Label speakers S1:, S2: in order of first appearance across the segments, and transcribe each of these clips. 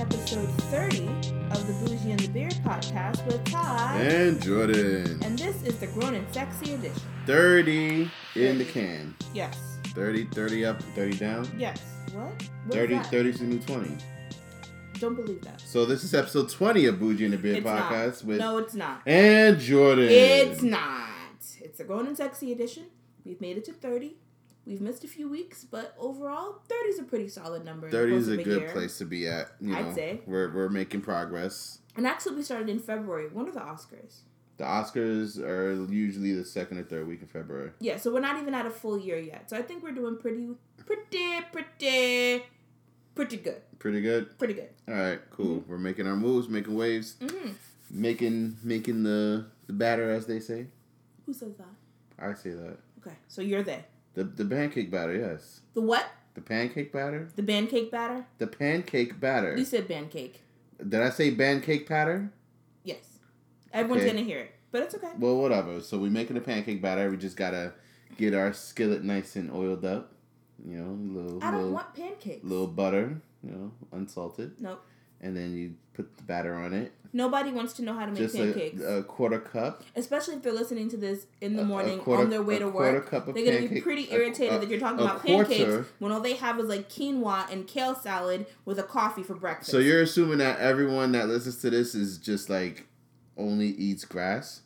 S1: episode 30 of the Bougie and the Beer podcast with Todd.
S2: And Jordan.
S1: And this is the Grown and Sexy edition.
S2: 30 in the can.
S1: Yes.
S2: 30, 30 up, 30 down.
S1: Yes. What? what
S2: 30,
S1: is that?
S2: 30 is the new 20.
S1: Don't believe that.
S2: So this is episode 20 of Bougie and the Beer
S1: It's not.
S2: podcast with
S1: No, it's not.
S2: and Jordan.
S1: It's not. It's the Grown and Sexy edition. We've made it to 30. We've missed a few weeks, but overall, 30 is a pretty solid number. in the
S2: 30
S1: course
S2: is
S1: of
S2: a good
S1: year.
S2: place to be at. You know,
S1: I'd say.
S2: We're, we're making progress.
S1: And actually, we started in February, one of the Oscars.
S2: The Oscars are usually the second or third week in February.
S1: Yeah, so we're not even at a full year yet. So I think we're doing pretty, pretty, pretty, pretty good.
S2: Pretty good.
S1: Pretty good.
S2: All right, cool.
S1: Mm-hmm.
S2: We're making our moves, making waves,
S1: Mm.
S2: making making the the batter, as they say.
S1: Who says that?
S2: I say that
S1: Okay, so you're there.
S2: the the pancake batter, yes.
S1: The what?
S2: The pancake batter?
S1: The pancake batter?
S2: The pancake batter.
S1: You said pancake.
S2: Did I say pancake batter?
S1: Yes. Everyone's
S2: Okay.
S1: gonna hear it, but it's okay.
S2: Well, whatever. So we're making a pancake batter. We just gotta get our skillet nice and oiled up. You know, a little
S1: I don't
S2: little,
S1: want pancakes.
S2: little butter, you know, unsalted.
S1: Nope.
S2: And then you put the batter on it.
S1: Nobody wants to know how to make
S2: Just
S1: pancakes,
S2: a, a quarter cup.
S1: especially if they're listening to this in the
S2: a- a
S1: morning
S2: quarter-
S1: on their way
S2: a
S1: to
S2: quarter
S1: work.
S2: cup of
S1: they're gonna be
S2: pancake-
S1: pretty
S2: a-
S1: irritated
S2: a-
S1: that you're talking
S2: a
S1: about
S2: quarter.
S1: pancakes when all they have is like quinoa and kale salad with a coffee for breakfast.
S2: So you're assuming that everyone that listens to this is just like only eats grass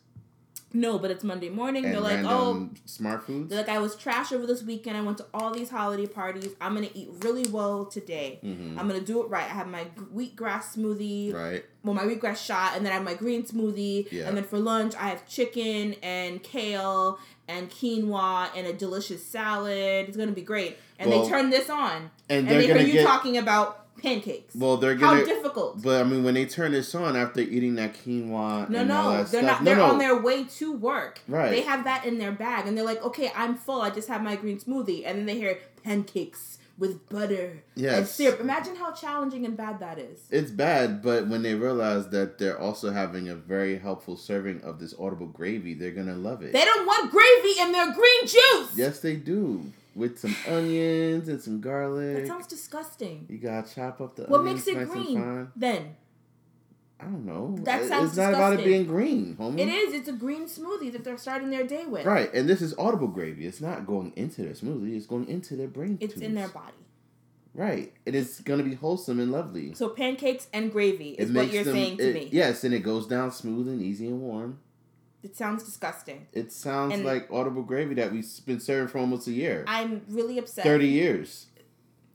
S1: no, but it's Monday morning.
S2: and
S1: They're like, oh,
S2: random smart foods.
S1: They're like, I was trash over this weekend. I went to all these holiday parties. I'm gonna eat really well today.
S2: Mhm.
S1: I'm gonna do it right. I have my g- wheatgrass smoothie,
S2: right.
S1: well, my wheatgrass shot, and then I have my green smoothie.
S2: Yeah.
S1: And then for lunch, I have chicken and kale and quinoa and a delicious salad. It's gonna be great. And
S2: Well,
S1: they turn this on, and,
S2: And they're
S1: they hear
S2: gonna
S1: you
S2: get
S1: talking about pancakes.
S2: well. They're
S1: How
S2: gonna.
S1: difficult.
S2: But I mean, when they turn this on after eating that quinoa,
S1: No,
S2: and
S1: no,
S2: all that
S1: they're
S2: stuff,
S1: not. They're on their way to work.
S2: Right.
S1: They have that in their bag, and they're like, "Okay, I'm full. I just had my green smoothie," and then they hear pancakes with butter and
S2: Yes.
S1: syrup. Imagine how challenging and bad that is.
S2: It's bad, but when they realize that they're also having a very helpful serving of this audible gravy, they're gonna love it.
S1: They don't want gravy in their green juice.
S2: yes, they do. With some onions and some garlic.
S1: That sounds disgusting.
S2: you gotta chop up the.
S1: What
S2: onions
S1: makes it
S2: nice and fine.
S1: green then?
S2: I don't know.
S1: That
S2: It-
S1: sounds
S2: It's not about it
S1: disgusting.
S2: being green, homie.
S1: It is. It's a green smoothie that they're starting their day with.
S2: Mm-hmm. Right, and this is audible gravy. It's not going into their smoothie. It's going into their brain.
S1: It's in their
S2: tubes.
S1: body.
S2: Right, and it's gonna be wholesome and lovely.
S1: So pancakes and gravy
S2: It
S1: is what you're
S2: them-
S1: saying to
S2: it-
S1: me.
S2: Yes, and it goes down smooth and easy and warm.
S1: It sounds disgusting.
S2: It sounds
S1: And-
S2: like audible gravy that we've been serving for almost a year,
S1: I'm really upset.
S2: thirty years.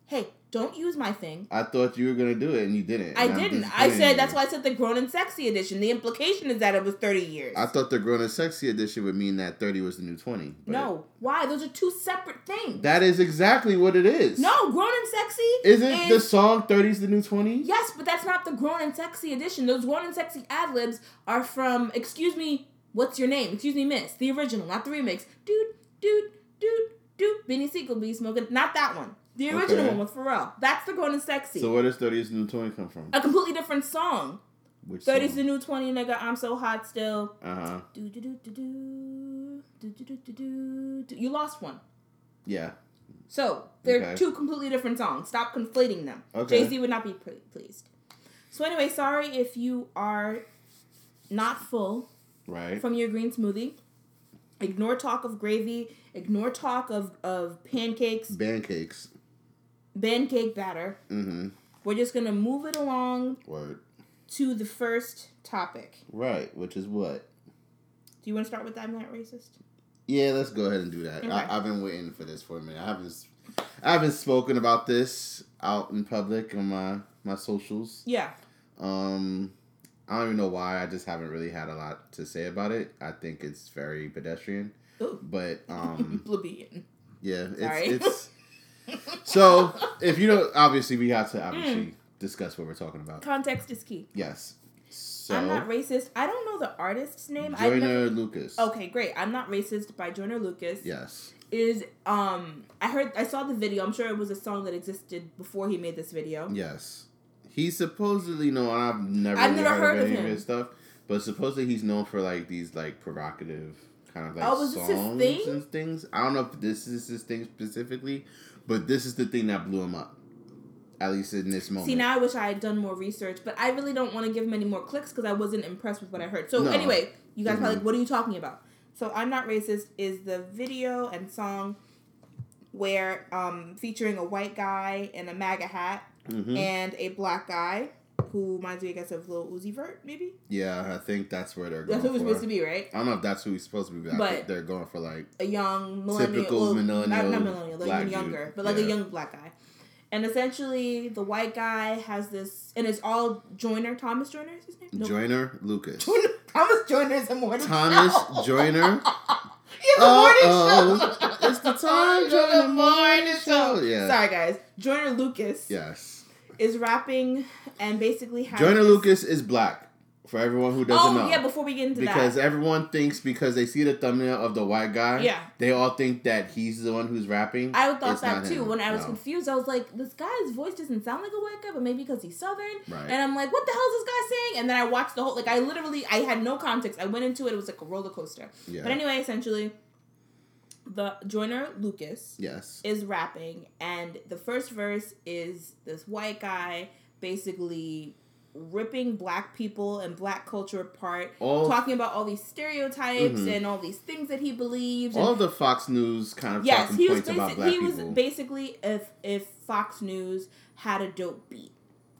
S1: Hey, don't use my thing.
S2: I thought you were gonna do it, and you didn't.
S1: I
S2: and I'm
S1: didn't. I
S2: disappointed in
S1: said
S2: you.
S1: that's why I said the grown and sexy edition. The implication is that it was 30 years.
S2: I thought the grown and sexy edition would mean that thirty was the new twenty. but
S1: no. Why? Those are two separate things.
S2: that is exactly what it is.
S1: no, grown and sexy
S2: isn't
S1: is-
S2: the song "30's the New 20?
S1: Yes, but that's not the grown and sexy edition. Those grown and sexy ad libs are from Excuse Me, What's Your Name? Excuse Me, Miss. The original, not the remix. Dude, dude, dude, dude. Benny Siegel be smoking. Not that one. The original
S2: Okay.
S1: one with Pharrell. That's the grown and sexy.
S2: So where does "30's the New 20 come from?
S1: a completely different song.
S2: Which
S1: 30's Uh, the new 20, nigga. I'm so hot still.
S2: Uh huh.
S1: Do do do do do do do do do do. do. You lost one.
S2: Yeah.
S1: So they're
S2: Okay.
S1: two completely different songs. Stop conflating them.
S2: Okay.
S1: Jay Z would not be pre- pleased. So anyway, sorry if you are not full
S2: Right.
S1: from your green smoothie. Ignore talk of gravy. Ignore talk of of pancakes,
S2: Pancakes.
S1: pancake batter.
S2: Mm-hmm.
S1: We're just gonna move it along
S2: Word.
S1: to the first topic.
S2: Right. Which is what?
S1: Do you want to start with that? I'm not racist.
S2: Yeah. Let's go ahead and do that.
S1: Okay.
S2: I, I've been waiting for this for a minute. I haven't. s- I haven't spoken about this out in public on my my socials.
S1: Yeah.
S2: Um, I don't even know why. I just haven't really had a lot to say about it. I think it's very pedestrian.
S1: Ooh.
S2: But um,
S1: Plebeian.
S2: Yeah,
S1: Sorry.
S2: it's, it's so if you don't obviously we have to obviously discuss what we're talking about.
S1: Context is key.
S2: Yes. So
S1: Mm. I'm not racist. I don't know the artist's name. I
S2: Joyner
S1: never,
S2: Lucas.
S1: okay, great. I'm not racist by Joyner Lucas.
S2: Yes.
S1: Is um I heard I saw the video. I'm sure it was a song that existed before he made this video.
S2: Yes. He's supposedly known. I've never,
S1: I've
S2: really
S1: never heard of
S2: any
S1: him.
S2: his stuff, but supposedly he's known for like these like provocative kind of like
S1: Oh, was this
S2: songs
S1: his thing?
S2: and things. I don't know if this is his thing specifically, but this is the thing that blew him up. At least in this moment.
S1: See, now I wish I had done more research, but I really don't want to give him any more clicks because I wasn't impressed with what I heard. So
S2: No.
S1: anyway, you guys probably
S2: Mhm.
S1: like, what are you talking about? So I'm not racist is the video and song where um featuring a white guy in a MAGA hat
S2: Mhm.
S1: and a black guy who reminds me, I guess, of Lil Uzi Vert. Maybe
S2: Yeah, I think that's where they're going
S1: that's who it was
S2: for.
S1: supposed to be, right?
S2: I don't know if that's who he's supposed to be, but, I think
S1: But-
S2: they're going for like
S1: a young millennial,
S2: Typical
S1: well,
S2: millennial
S1: not, not millennial, like
S2: black
S1: even
S2: dude.
S1: younger, but like
S2: Yeah.
S1: a young black guy. And essentially, the white guy has this, and it's all Joyner, Thomas Joyner is his name. No,
S2: Joyner Lucas.
S1: Joyner, Thomas Joyner is a morning
S2: Thomas
S1: show.
S2: Joyner.
S1: He has a morning show.
S2: Oh, it's the time Joyner morning show. Oh, Yeah.
S1: Sorry guys, Joyner Lucas
S2: Yes.
S1: is rapping and basically has
S2: Joyner
S1: this-
S2: Lucas is black. For everyone who doesn't
S1: Oh
S2: know.
S1: yeah, before we get into
S2: because
S1: that,
S2: everyone thinks because they see the thumbnail of the white guy,
S1: Yeah.
S2: they all think that he's the one who's rapping.
S1: I thought
S2: It's
S1: that
S2: not
S1: too.
S2: him.
S1: When I was
S2: No.
S1: confused, I was like, this guy's voice doesn't sound like a white guy, but maybe because he's southern.
S2: Right.
S1: And I'm like, what the hell is this guy saying? And then I watched the whole, like, I literally, I had no context. I went into it, it was like a roller coaster.
S2: Yeah.
S1: But anyway, essentially, the joiner Lucas
S2: yes.
S1: is rapping, and the first verse is this white guy basically ripping black people and black culture apart,
S2: All-
S1: talking about all these stereotypes
S2: Mhm.
S1: and all these things that he believes. and
S2: All of the Fox News kind of
S1: Yes,
S2: talking
S1: he was
S2: points about
S1: basically
S2: black
S1: he was
S2: people.
S1: basically if if Fox News had a dope beat,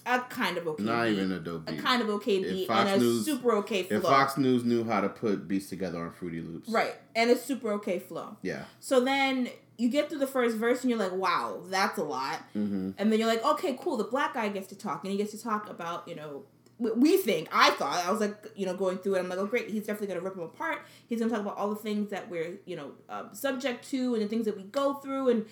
S1: a kind of okay,
S2: Not
S1: beat,
S2: even a dope
S1: a
S2: beat.
S1: kind of okay beat
S2: Fox
S1: and a
S2: News-
S1: super okay flow,
S2: If Fox News knew how to put beats together on Fruity Loops,
S1: right? And a super okay flow.
S2: Yeah.
S1: So then you get through the first verse and you're like, wow, that's a lot.
S2: Mm-hmm.
S1: And then you're like, okay, cool. The black guy gets to talk and he gets to talk about you know. we- We think I thought I was like you know going through it. I'm like, oh great, he's definitely gonna rip him apart. He's gonna talk about all the things that we're you know um, subject to and the things that we go through. And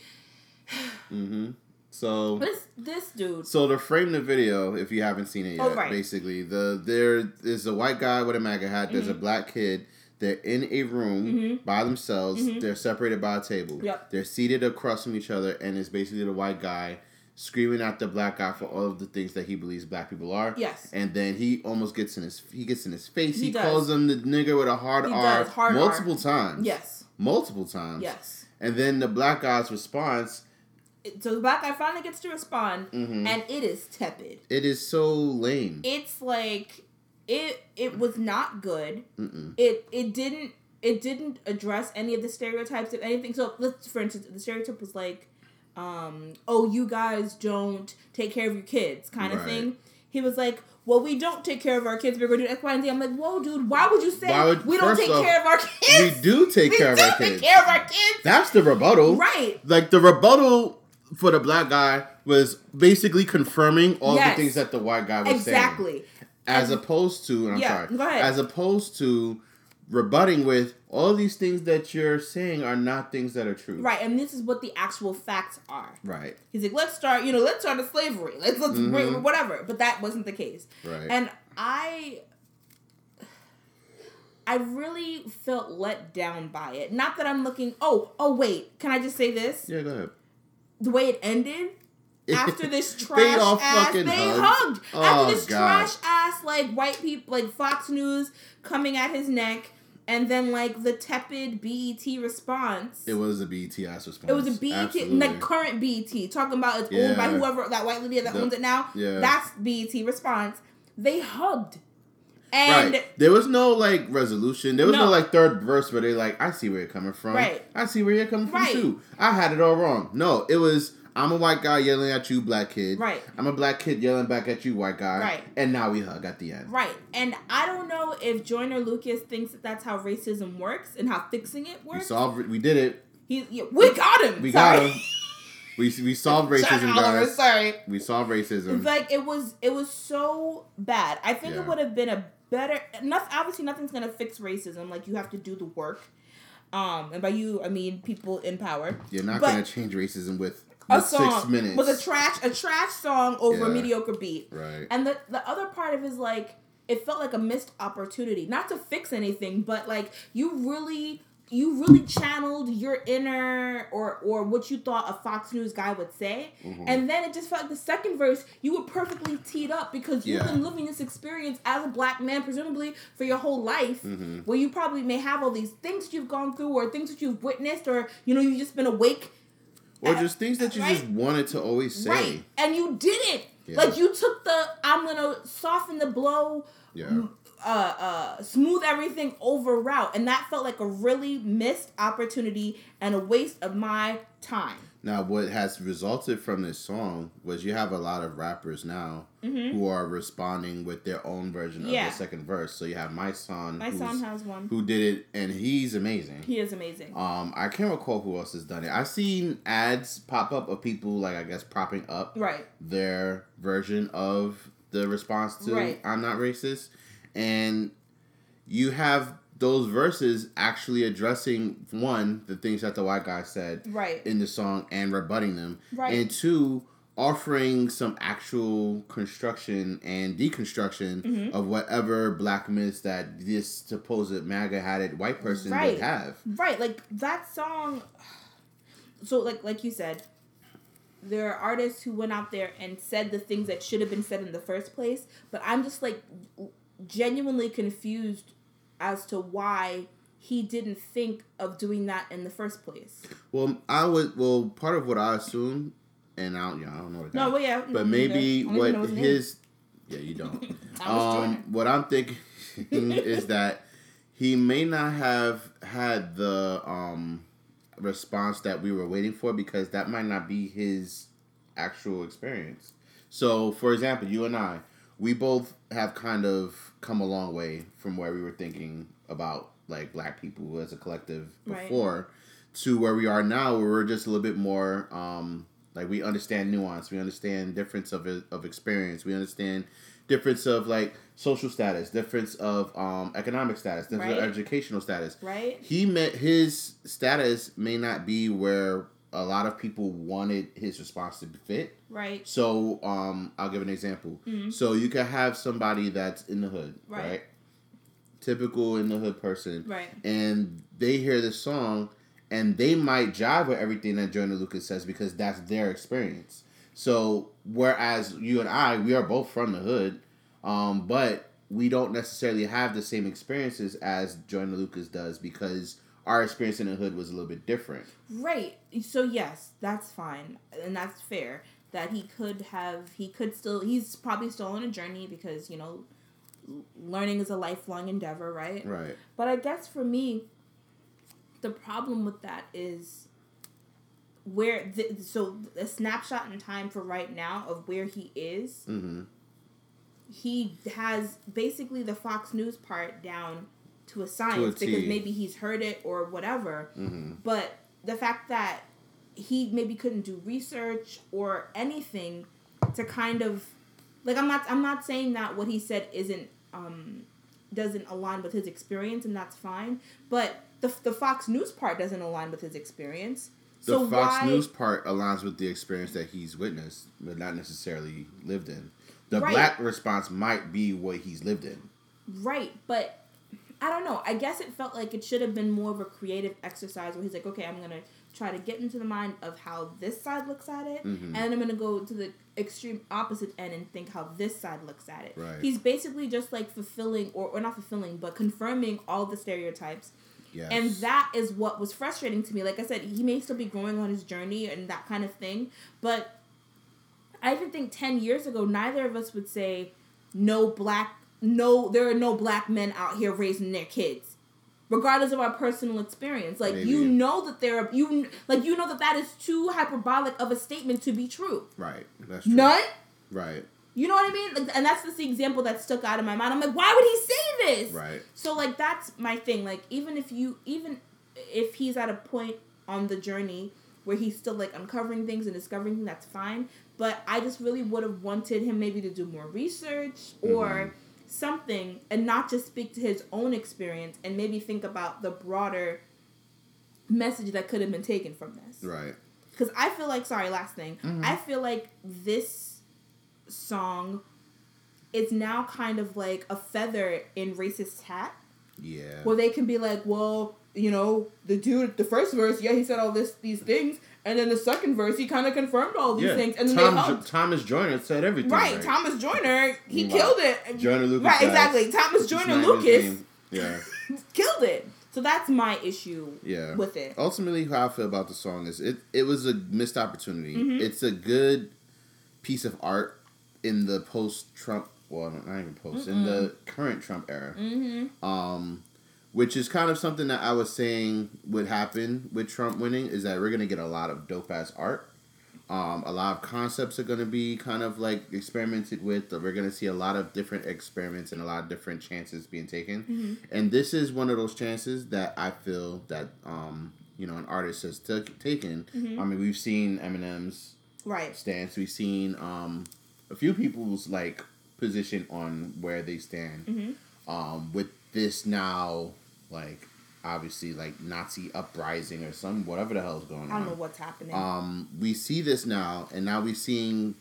S2: Mm-hmm. So,
S1: but it's this dude.
S2: so to frame the video, if you haven't seen it yet,
S1: Oh, right.
S2: basically the there is a white guy with a MAGA hat. There's
S1: Mm-hmm.
S2: a black kid. They're in a room
S1: Mhm.
S2: by themselves.
S1: Mhm.
S2: They're separated by a table.
S1: Yep.
S2: They're seated across from each other, and it's basically the white guy screaming at the black guy for all of the things that he believes black people are.
S1: Yes.
S2: And then he almost gets in his he gets in his face. He,
S1: He does.
S2: calls him the nigger with a hard
S1: He
S2: R
S1: does, hard R.
S2: multiple times.
S1: Yes.
S2: Multiple times.
S1: Yes.
S2: And then the black guy's response,
S1: It- So the black guy finally gets to respond,
S2: mhm,
S1: and it is tepid.
S2: it is so lame.
S1: It's like it it was not good.
S2: Mm-mm.
S1: It it didn't it didn't address any of the stereotypes of anything. So let's for instance, the stereotype was like, um, oh, you guys don't take care of your kids, kind of
S2: Right.
S1: thing. He was like. Well, we don't take care of our kids. We're gonna do X, Y, and Z. I'm like, whoa, dude. Why would you say
S2: Why would-
S1: we don't
S2: first
S1: take
S2: off,
S1: care of our
S2: We
S1: kids?
S2: do take
S1: We
S2: care of
S1: do
S2: our
S1: take
S2: kids.
S1: care of our kids.
S2: That's the rebuttal.
S1: Right.
S2: Like the rebuttal for the black guy was basically confirming all
S1: Yes.
S2: the things that the white guy was saying.
S1: Exactly.
S2: As opposed to, and I'm
S1: Yeah,
S2: sorry,
S1: go ahead.
S2: as opposed to rebutting with all these things that you're saying are not things that are true.
S1: Right. And this is what the actual facts are.
S2: Right.
S1: He's like, let's start, you know, let's start a slavery. Let's let's bring
S2: Mhm.
S1: whatever. But that wasn't the case.
S2: Right.
S1: And I I really felt let down by it. Not that I'm looking, oh, oh wait, can I just say this?
S2: yeah, go ahead.
S1: The way it ended after this trash
S2: They all
S1: ass
S2: fucking
S1: they
S2: hugged.
S1: hugged.
S2: Oh,
S1: after this
S2: God.
S1: trash ass like white people like Fox News coming at his neck and then like the tepid BET response.
S2: it was a BTS response.
S1: It was a BET, like current BET, talking about it's owned by
S2: Yeah.
S1: whoever that white lady that
S2: The-
S1: owns it now.
S2: yeah.
S1: That's BET response. They hugged, and
S2: Right. There was no like resolution. There was no,
S1: No.
S2: like third verse where they're like, I see where you're coming from.
S1: Right.
S2: I see where you're coming from
S1: Right.
S2: too. I had it all wrong. No, it was I'm a white guy yelling at you, black kid.
S1: Right.
S2: I'm a black kid yelling back at you, white guy.
S1: Right.
S2: And now we hug at the end.
S1: right, and I don't know if Joyner Lucas thinks that that's how racism works and how fixing it
S2: We
S1: works.
S2: solved we did it.
S1: he, yeah, we got him.
S2: We
S1: Sorry.
S2: got him. We we solved
S1: John
S2: racism,
S1: Oliver,
S2: guys.
S1: sorry.
S2: We solved racism.
S1: It's like it was it was so bad. I think
S2: Yeah.
S1: it would have been a better enough obviously nothing's gonna fix racism. Like you have to do the work. Um and by you I mean people in power.
S2: you're not
S1: but-
S2: gonna change racism with,
S1: A
S2: with
S1: song
S2: six minutes.
S1: with a trash a trash song over a
S2: Yeah.
S1: mediocre beat.
S2: right.
S1: And the the other part of it is like it felt like a missed opportunity. Not to fix anything, but like you really you really channeled your inner or or what you thought a Fox News guy would say.
S2: Mhm.
S1: And then it just felt like the second verse you were perfectly teed up because you've
S2: Yeah.
S1: been living this experience as a black man presumably for your whole life
S2: Mhm.
S1: where you probably may have all these things you've gone through or things that you've witnessed or you know you've just been awake
S2: or just things that you just
S1: Right.
S2: wanted to always say.
S1: Right. And you didn't.
S2: Yeah.
S1: Like you took the I'm gonna soften the blow,
S2: Yeah.
S1: uh uh smooth everything over route. And that felt like a really missed opportunity and a waste of my time.
S2: Now, what has resulted from this song was you have a lot of rappers now who are responding with their own version
S1: Mm-hmm. Yeah.
S2: of the second verse. So you have my son,
S1: My
S2: who's-
S1: son has one.
S2: who did it, and he's amazing.
S1: He is amazing.
S2: Um, I can't recall who else has done it. I've seen ads pop up of people like I guess propping up
S1: right.
S2: their version of the response to
S1: Right.
S2: "I'm not racist," and you have those verses actually addressing one the things that the white guy said
S1: Right.
S2: in the song and rebutting them,
S1: Right.
S2: and two offering some actual construction and deconstruction
S1: Mhm.
S2: of whatever black myths that this supposed MAGA hatted white person
S1: Right.
S2: would have.
S1: Right, like that song. So, like, like you said, there are artists who went out there and said the things that should have been said in the first place. But I'm just like genuinely confused as to why he didn't think of doing that in the first place.
S2: Well, I would. Well, part of what I assume, and I don't, you know, I don't know. The guy,
S1: No, well, yeah,
S2: but
S1: no,
S2: maybe
S1: no, I don't even
S2: what
S1: know his name.
S2: his. Yeah, you don't.
S1: I was
S2: um,
S1: trying.
S2: what I'm thinking is that he may not have had the um response that we were waiting for because that might not be his actual experience. So, for example, you and I, we both have kind of come a long way from where we were thinking about like black people as a collective
S1: Right.
S2: before to where we are now where we're just a little bit more um like we understand nuance, we understand difference of of experience, we understand difference of like social status, difference of um economic status, difference
S1: Right.
S2: of educational status.
S1: right,
S2: He met his status may not be where a lot of people wanted his response to fit.
S1: right,
S2: So, um, I'll give an example.
S1: Mhm.
S2: So you could have somebody that's in the hood,
S1: Right.
S2: right? Typical in the hood person,
S1: right,
S2: and they hear this song, and they might jive with everything that Jordan Lucas says because that's their experience. So whereas you and I, we are both from the hood, um, but we don't necessarily have the same experiences as Jordan Lucas does because our experience in the hood was a little bit different.
S1: right. So yes, that's fine, and that's fair. That he could have, he could still, he's probably still on a journey because you know, l- learning is a lifelong endeavor, right?
S2: Right.
S1: But I guess for me, the problem with that is where the, so a snapshot in time for right now of where he is.
S2: Mm-hmm.
S1: He has basically the Fox News part down to a
S2: To a
S1: science
S2: T.
S1: because maybe he's heard it or whatever.
S2: Mm-hmm.
S1: But the fact that he maybe couldn't do research or anything to kind of like I'm not I'm not saying that what he said isn't um doesn't align with his experience and that's fine, but the the Fox News part doesn't align with his experience.
S2: The
S1: so
S2: Fox
S1: why
S2: News part aligns with the experience that he's witnessed, but not necessarily lived in. The
S1: Right.
S2: black response might be what he's lived in.
S1: right, but I don't know. I guess it felt like it should have been more of a creative exercise where he's like, okay, I'm gonna try to get into the mind of how this side looks at it,
S2: Mhm.
S1: and I'm gonna go to the extreme opposite end and think how this side looks at it.
S2: Right.
S1: He's basically just like fulfilling, or, or not fulfilling, but confirming all the stereotypes
S2: Yes.
S1: And that is what was frustrating to me. Like I said, he may still be growing on his journey and that kind of thing, but I even think 10 years ago, neither of us would say, no black, no, there are no black men out here raising their kids. Regardless of our personal experience, like you
S2: Maybe.
S1: know that there are you like you know that that is too hyperbolic of a statement to be true.
S2: Right. That's true.
S1: None,
S2: Right.
S1: you know what I mean? Like, and that's just the example that stuck out in my mind. I'm like, why would he say this?
S2: Right.
S1: So like that's my thing. Like even if you even if he's at a point on the journey where he's still like uncovering things and discovering things, that's fine. But I just really would have wanted him maybe to do more research or something and not just speak to his own experience and maybe think about the broader message that could have been taken from this.
S2: Right.
S1: Because I feel like, sorry, last thing. I feel like this song is now kind of like a feather in racist hat
S2: Yeah.
S1: where they can be like, well, you know, the dude, the first verse, yeah, he said all this these things, and then the second verse, he kind of confirmed all these
S2: yeah.
S1: things, and then
S2: Tom,
S1: they hugged.
S2: Thomas Joyner said everything.
S1: Right,
S2: Right.
S1: Thomas Joyner, he
S2: Wow.
S1: killed it.
S2: Joyner Lucas.
S1: right,
S2: died.
S1: exactly. Thomas
S2: It's not
S1: Joyner
S2: even his
S1: Lucas
S2: name. Yeah.
S1: killed it. So that's my issue
S2: Yeah. Oh.
S1: with it.
S2: Ultimately, how I feel about the song is it, it was a missed opportunity.
S1: Mm-hmm.
S2: It's a good piece of art in the post Trump, well, not even post, in the current Trump era.
S1: Mm-hmm.
S2: Um, which is kind of something that I was saying would happen with Trump winning is that we're going to get a lot of dope ass art. Um, a lot of concepts are going to be kind of like experimented with. Or we're going to see a lot of different experiments and a lot of different chances being taken. And this is one of those chances that I feel that, um, you know, an artist has took taken. I mean, we've seen Eminem's
S1: Right.
S2: stance. We've seen um, a few people's like position on where they stand
S1: Mm-hmm.
S2: um, with this now, like obviously like Nazi uprising or some whatever the hell's going
S1: I don't know
S2: on.
S1: what's happening.
S2: Um, we see this now, and now we're seeing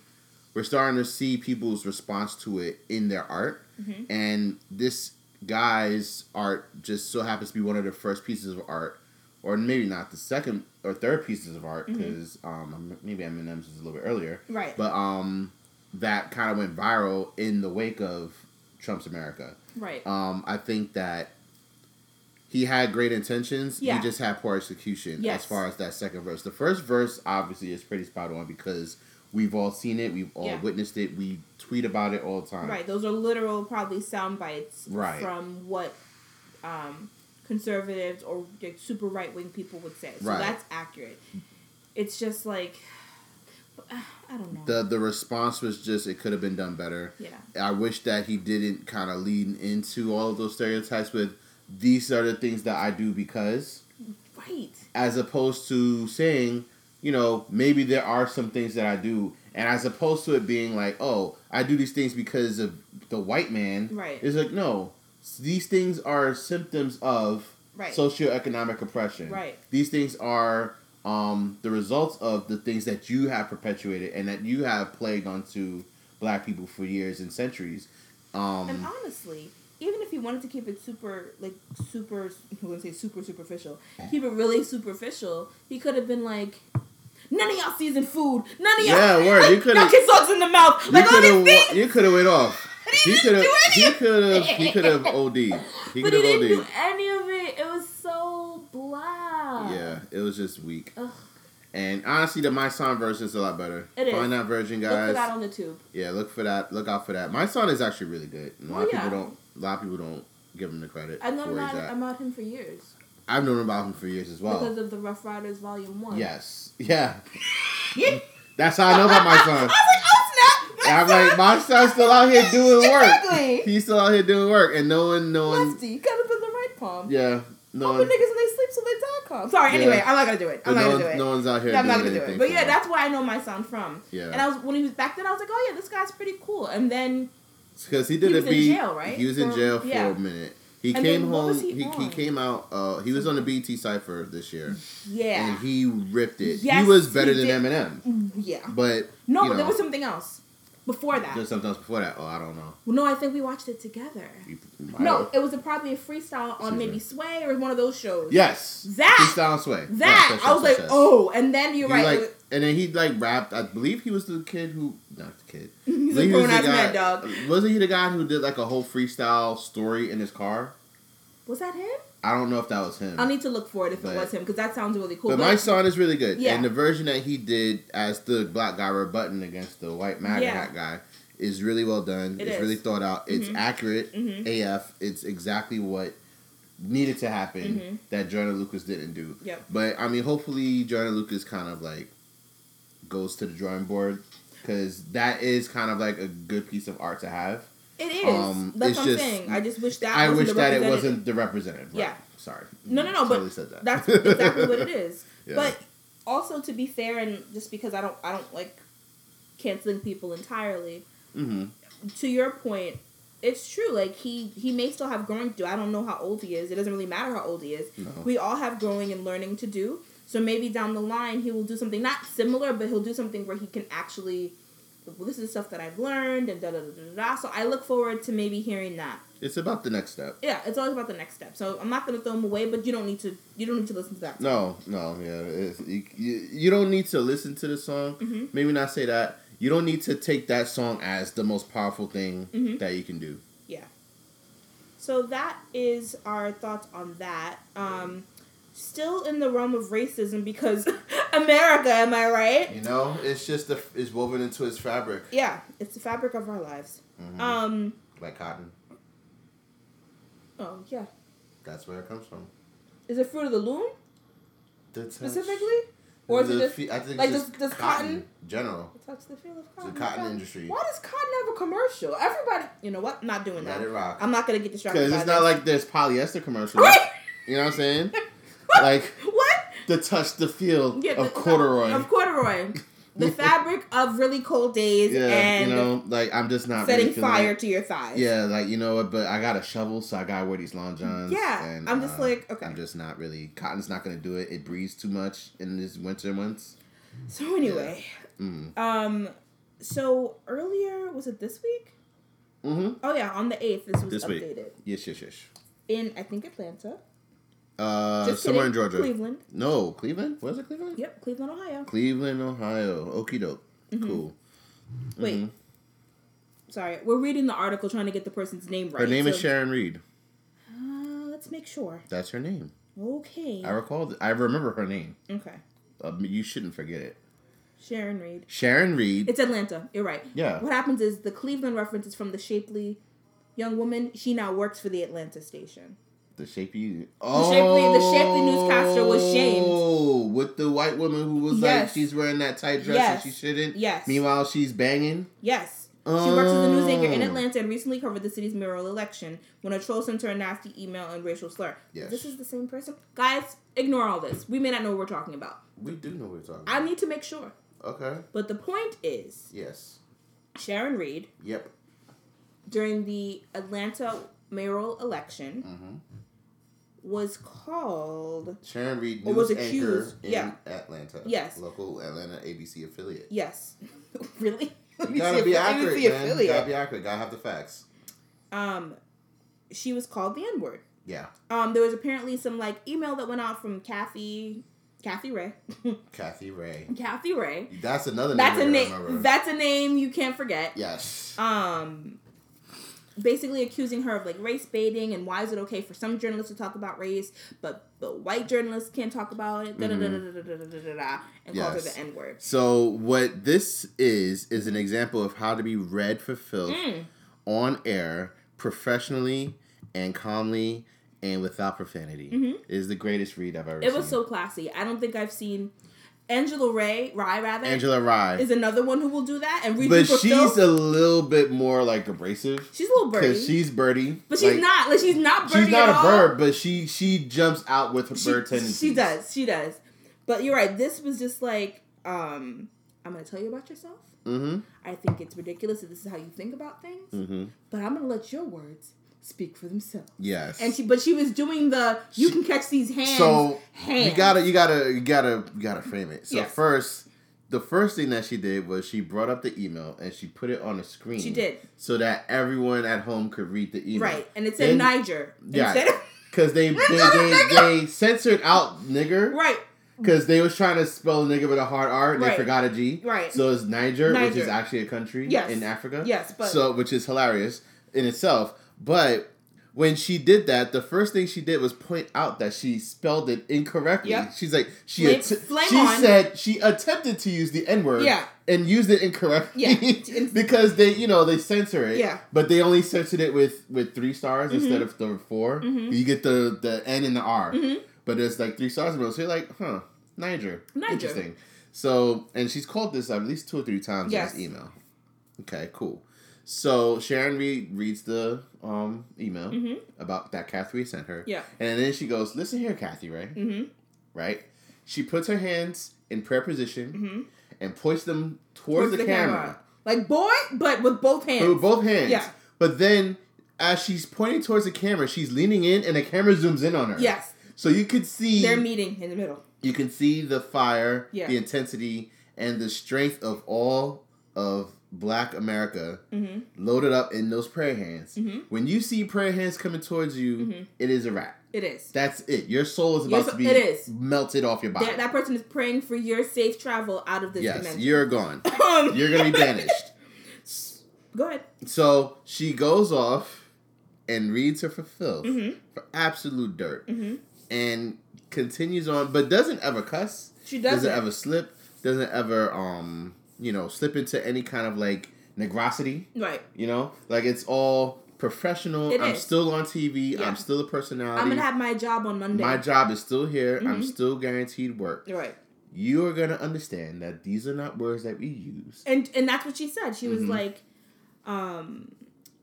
S2: we're starting to see people's response to it in their art, and this guy's art just so happens to be one of the first pieces of art. Or maybe not the second or third pieces of art because um, maybe Eminem's is a little bit earlier
S1: right.
S2: but um that kind of went viral in the wake of Trump's America.
S1: right.
S2: Um I think that he had great intentions.
S1: Yeah.
S2: He just had poor execution
S1: Yes.
S2: as far as that second verse. The first verse obviously is pretty spot on because we've all seen it, we've all
S1: Yeah.
S2: witnessed it, we tweet about it all the time.
S1: right. Those are literal probably sound bites
S2: Right.
S1: from what um, conservatives or like, super right wing people would say. So
S2: Right.
S1: that's accurate. It's just like I don't know.
S2: The the response was just it could have been done better.
S1: yeah.
S2: I wish that he didn't kind of lean into all of those stereotypes with these are the things that I do because
S1: Right.
S2: as opposed to saying, you know, maybe there are some things that I do, and as opposed to it being like, oh, I do these things because of the white man.
S1: Right.
S2: It's like no, s- these things are symptoms of
S1: Right.
S2: socioeconomic oppression.
S1: Right.
S2: These things are um, the results of the things that you have perpetuated and that you have plagued onto black people for years and centuries. Um,
S1: And honestly, even if he wanted to keep it super, like super, I wouldn't say super superficial, keep it really superficial, he could have been like, none of y'all season food, none of y'all,
S2: Yeah, word, you
S1: like,
S2: coulda-
S1: y'all kiss dogs in the mouth,
S2: you
S1: like all
S2: could
S1: these
S2: have
S1: things.
S2: you could have went off.
S1: He
S2: He
S1: didn't
S2: could have
S1: do any
S2: he
S1: of
S2: could have he could have OD'd. He
S1: But
S2: could
S1: he
S2: have
S1: didn't do
S2: OD'd.
S1: any of it. It was so blah.
S2: Yeah, it was just weak.
S1: Ugh.
S2: And honestly, the My Son version is a lot better.
S1: It is.
S2: Find that version,
S1: Look for that
S2: guys.
S1: on the tube.
S2: Yeah, look for that. Look out for that. My Son is actually really good. And a lot
S1: Oh,
S2: of
S1: yeah.
S2: people don't. A lot of people don't give him the credit
S1: I've known
S2: for
S1: about,
S2: that.
S1: about him for years
S2: I've known about him for years as well.
S1: because of the Rough Riders Volume One.
S2: Yes. Yeah.
S1: Yeah.
S2: That's how I know about My
S1: I
S2: Son.
S1: was like, oh snap!
S2: I'm like, My Son's still out here doing work.
S1: Exactly.
S2: He's still out here doing work, and no one, no one.
S1: Lefty, cut up in the right palm.
S2: Yeah. No
S1: Open
S2: one.
S1: niggas when they sleep so they die calm. Sorry,
S2: Yeah.
S1: anyway, I'm not gonna do it. I'm
S2: no,
S1: not
S2: one-
S1: gonna do it.
S2: no one's out here.
S1: yeah, I'm not
S2: doing
S1: gonna do it.
S2: anything
S1: But
S2: for
S1: yeah,
S2: him.
S1: that's where I know my son from.
S2: Yeah.
S1: And I was when he was back then, I was like, oh yeah, this guy's pretty cool. And then
S2: Because he did
S1: He
S2: a
S1: was in
S2: beat.
S1: jail, right?
S2: He was in
S1: For-
S2: jail for
S1: yeah.
S2: a minute. He
S1: And
S2: came
S1: then what
S2: home.
S1: was
S2: He,
S1: he
S2: he,
S1: on?
S2: came out. Uh, he was on the BT Cipher this year,
S1: yeah,
S2: and he ripped it.
S1: Yes,
S2: he was better
S1: he
S2: than
S1: did.
S2: Eminem,
S1: Mm, yeah.
S2: but
S1: No,
S2: you
S1: but there
S2: know,
S1: was something else before that.
S2: just sometimes before that. Oh, I don't know.
S1: Well, no, I think we watched it together.
S2: You- I
S1: No,
S2: don't-
S1: it was a, probably a freestyle on
S2: Excuse
S1: maybe
S2: me.
S1: Sway or one of those shows.
S2: Yes.
S1: That-
S2: Freestyle and Sway.
S1: That
S2: Yes, yes,
S1: I was
S2: yes,
S1: like,
S2: yes, yes.
S1: oh, and then you're
S2: He,
S1: right.
S2: Like, and then he like rapped. I believe he was the kid who not the kid.
S1: He's
S2: But
S1: a
S2: he was
S1: grown
S2: the
S1: ass
S2: guy-
S1: mad dog.
S2: Wasn't he the guy who did like a whole freestyle story in his car?
S1: Was that him?
S2: I don't know if that was him.
S1: I'll need to look for it if it
S2: But-
S1: was him because that sounds really cool.
S2: But my son is really good.
S1: Yeah.
S2: And the version that he did as the black guy rebutting against the white MAGA
S1: Yeah.
S2: hat guy is really well done.
S1: It
S2: it's
S1: is.
S2: really thought out. It's
S1: Mhm.
S2: accurate
S1: Mhm.
S2: AF. It's exactly what needed to happen
S1: Mhm.
S2: that Jordan Lucas didn't do.
S1: Yep.
S2: But I mean, hopefully Jordan Lucas kind of like goes to the drawing board because that is kind of like a good piece of art to have.
S1: It is.
S2: Um,
S1: That's
S2: it's
S1: what I'm
S2: just-
S1: saying. I just wish that.
S2: I
S1: wasn't
S2: wish
S1: the
S2: that it
S1: representative.
S2: wasn't the representative. Right.
S1: Yeah.
S2: Sorry.
S1: No, no, no, but
S2: Totally said that.
S1: That's exactly what it is.
S2: Yeah.
S1: But also, to be fair, and just because I don't, I don't like canceling people entirely.
S2: Mm-hmm.
S1: To your point, it's true. Like he, he may still have growing to do. I don't know how old he is. It doesn't really matter how old he is.
S2: No.
S1: We all have growing and learning to do. So maybe down the line, he will do something not similar, but he'll do something where he can actually. Well, this is stuff that I've learned and da da da da da. So I look forward to maybe hearing that.
S2: It's about the next step.
S1: Yeah, it's always about the next step. So I'm not gonna throw them away, but you don't need to. You don't need to listen to that.
S2: No, no, yeah. It's, you, you, you don't need to listen to the song.
S1: Mhm.
S2: Maybe not say that. You don't need to take that song as the most powerful thing
S1: Mhm.
S2: that you can do.
S1: Yeah. So that is our thoughts on that. Um, still in the realm of racism because America, am I right?
S2: You know, it's just the it's woven into its fabric,
S1: Yeah, it's the fabric of our lives.
S2: Mhm.
S1: Um,
S2: like cotton.
S1: oh yeah,
S2: That's where it comes from.
S1: is it fruit of the loom
S2: The touch.
S1: specifically, or is it
S2: The
S1: just
S2: fe- I think
S1: like,
S2: it's just
S1: does- does cotton-
S2: general.
S1: touch the feel of
S2: It's the
S1: cotton?
S2: cotton industry.
S1: Why does cotton have a commercial? Everybody, you know what? Not doing
S2: Let
S1: that.
S2: it rock.
S1: I'm not gonna get distracted.
S2: Because
S1: by
S2: it's not
S1: this.
S2: like there's polyester commercials.
S1: Right?
S2: You know what I'm saying?
S1: What?
S2: like
S1: what?
S2: the touch, the feel
S1: Yeah,
S2: of
S1: the-
S2: corduroy.
S1: Of corduroy, the fabric of really cold days
S2: yeah,
S1: and
S2: you know, like I'm just not
S1: setting
S2: really feeling
S1: fire
S2: it.
S1: to your thighs.
S2: Yeah, like you know what, but I got a shovel, so I gotta wear these long johns.
S1: Yeah,
S2: and, uh,
S1: I'm just like, okay.
S2: I'm just not really. Cotton's not gonna do it. It breathes too much in this winter months.
S1: So anyway,
S2: Mm.
S1: um, so earlier was it this week?
S2: Mm-hmm.
S1: Oh yeah, on the eighth, this was
S2: This week.
S1: updated
S2: Yes, yes, yes.
S1: in I think Atlanta.
S2: Uh,
S1: Just
S2: somewhere
S1: kidding,
S2: in Georgia.
S1: Cleveland.
S2: No, Cleveland. Was it Cleveland?
S1: Yep, Cleveland, Ohio.
S2: Cleveland, Ohio. Okie doke.
S1: Mm-hmm.
S2: Cool.
S1: Wait.
S2: Mhm.
S1: Sorry, we're reading the article trying to get the person's name right.
S2: Her name is
S1: so-
S2: Sharon Reed.
S1: Uh, let's make sure.
S2: That's her name.
S1: Okay.
S2: I recall. th- I remember her name.
S1: Okay.
S2: Uh, you shouldn't forget it.
S1: Sharon Reed.
S2: Sharon Reed.
S1: It's Atlanta. You're right.
S2: yeah.
S1: What happens is the Cleveland reference is from the shapely young woman. She now works for the Atlanta station.
S2: The shapely.
S1: The shapely- the shapely newscaster was shamed.
S2: Oh, with the white woman who was
S1: Yes.
S2: like, she's wearing that tight dress
S1: Yes.
S2: and she shouldn't.
S1: Yes.
S2: Meanwhile, she's banging.
S1: Yes. She works as a news anchor in
S2: Oh.
S1: Atlanta and recently covered the city's mayoral election when a troll sent her a nasty email and racial slur.
S2: Yes.
S1: This is the same person. Guys, ignore all this. We may not know what we're talking about.
S2: We do know what we're talking.
S1: I need to make sure.
S2: okay.
S1: But the point is,
S2: Yes.
S1: Sharon Reed,
S2: Yep.
S1: during the Atlanta mayoral election,
S2: Mm-hmm.
S1: was called
S2: Sharon Reed
S1: Or
S2: news
S1: was
S2: anchor
S1: accused,
S2: in
S1: yeah.
S2: Atlanta.
S1: Yes.
S2: Local Atlanta ABC affiliate.
S1: yes. really? Let
S2: You
S1: me
S2: gotta
S1: see
S2: be
S1: if- let me
S2: accurate,
S1: see
S2: man. You
S1: affiliate.
S2: Gotta be accurate. Gotta have the facts.
S1: um she was called the N-word.
S2: Yeah.
S1: Um there was apparently some like email that went out from Kathy Kathy Ray.
S2: Kathy Ray.
S1: Kathy Ray.
S2: That's another.
S1: That's a
S2: name. I
S1: name
S2: remember.
S1: that's a name you can't forget.
S2: yes.
S1: Um basically accusing her of like race baiting and why is it okay for some journalists to talk about race but but white journalists can't talk about it da da da da da da da da da da and called her
S2: Mm-hmm. Yes.
S1: the N-word.
S2: So what this is is an example of how to be read for filth
S1: Mm.
S2: on air professionally and calmly and without profanity.
S1: Mhm.
S2: Is the greatest read I've ever
S1: It
S2: seen.
S1: was so classy. I don't think I've seen Angela Ray, Rye rather,
S2: Angela Rye,
S1: is another one who will do that and read
S2: but
S1: you for filth.
S2: she's a little bit more like abrasive
S1: She's a little birdie,
S2: because she's birdie,
S1: but she's
S2: Like,
S1: not like she's not birdie.
S2: She's
S1: at
S2: not a
S1: all.
S2: bird, but she she jumps out with her
S1: She,
S2: bird tendencies.
S1: she does. She does. But you're right. This was just like um, I'm gonna tell you about yourself.
S2: Mm-hmm.
S1: I think it's ridiculous that this is how you think about things.
S2: Mm-hmm.
S1: But I'm gonna let your words speak for themselves.
S2: Yes.
S1: And she, but she was doing the you
S2: She-
S1: can catch these hands.
S2: so
S1: hands.
S2: you gotta you gotta you gotta you gotta frame it. So
S1: Yes.
S2: first, the first thing that she did was she brought up the email and she put it on a screen.
S1: She did
S2: so that everyone at home could read the email.
S1: right, and it said
S2: Then-
S1: Niger
S2: Yeah.
S1: instead of
S2: Because they they, they they censored out nigger
S1: right.
S2: because they was trying to spell nigger with a hard R and
S1: Right.
S2: they forgot a G.
S1: Right.
S2: So it's Niger, which
S1: Niger.
S2: is actually a country
S1: Yes.
S2: in Africa.
S1: Yes, but
S2: so which is hilarious in itself. But when she did that, the first thing she did was point out that she spelled it incorrectly.
S1: Yep.
S2: She's like she
S1: Flame-
S2: att-
S1: flame
S2: she
S1: on.
S2: said she attempted to use the N word
S1: Yeah.
S2: and used it incorrectly
S1: Yeah.
S2: because they you know they censor it.
S1: Yeah. Mm-hmm.
S2: But they only censored it with with three stars instead of the 4 You get the the N and the R.
S1: Mm-hmm.
S2: But it's like three stars below. So you're like, huh, Niger.
S1: Niger.
S2: Interesting. So and she's called this at least two or three times
S1: Yes.
S2: in this email. Okay, cool. So Sharon Reed reads the um, email
S1: Mhm.
S2: about that Kathy sent her.
S1: Yeah.
S2: And then she goes, Listen here, Kathy, right?
S1: hmm
S2: Right? She puts her hands in prayer position
S1: Mhm.
S2: and points them towards, the, camera.
S1: Like boy, but with both hands.
S2: But with both hands.
S1: Yeah.
S2: But then as she's pointing towards the camera, she's leaning in and the camera zooms in on her.
S1: Yes,
S2: So you could see
S1: they're meeting in the middle.
S2: you can see the fire,
S1: Yeah.
S2: the intensity, and the strength of all of Black America
S1: Mm-hmm.
S2: loaded up in those prayer hands.
S1: Mhm.
S2: When you see prayer hands coming towards you,
S1: Mhm.
S2: it is a wrap.
S1: It is.
S2: That's it. Your soul is
S1: Your
S2: about
S1: so-
S2: to be
S1: it is.
S2: melted off your body.
S1: That, that person is praying for your safe travel out of this
S2: yes,
S1: dimension.
S2: you're gone.
S1: Um,
S2: You're gonna be banished.
S1: Go ahead.
S2: so she goes off and reads her for filth,
S1: Mhm.
S2: for absolute dirt,
S1: Mhm.
S2: and continues on, but doesn't ever cuss.
S1: She doesn't.
S2: doesn't ever slip. Doesn't ever um you know slip into any kind of like negrosity.
S1: Right.
S2: You know, like it's all professional.
S1: It
S2: I'm
S1: is.
S2: still on TV.
S1: Yeah.
S2: I'm still a personality.
S1: I'm gonna have my job on Monday.
S2: My job is still here. I'm
S1: Mhm.
S2: still guaranteed work.
S1: right.
S2: You are gonna understand that these are not words that we use.
S1: And and that's what she said. She was
S2: Mhm.
S1: like, um,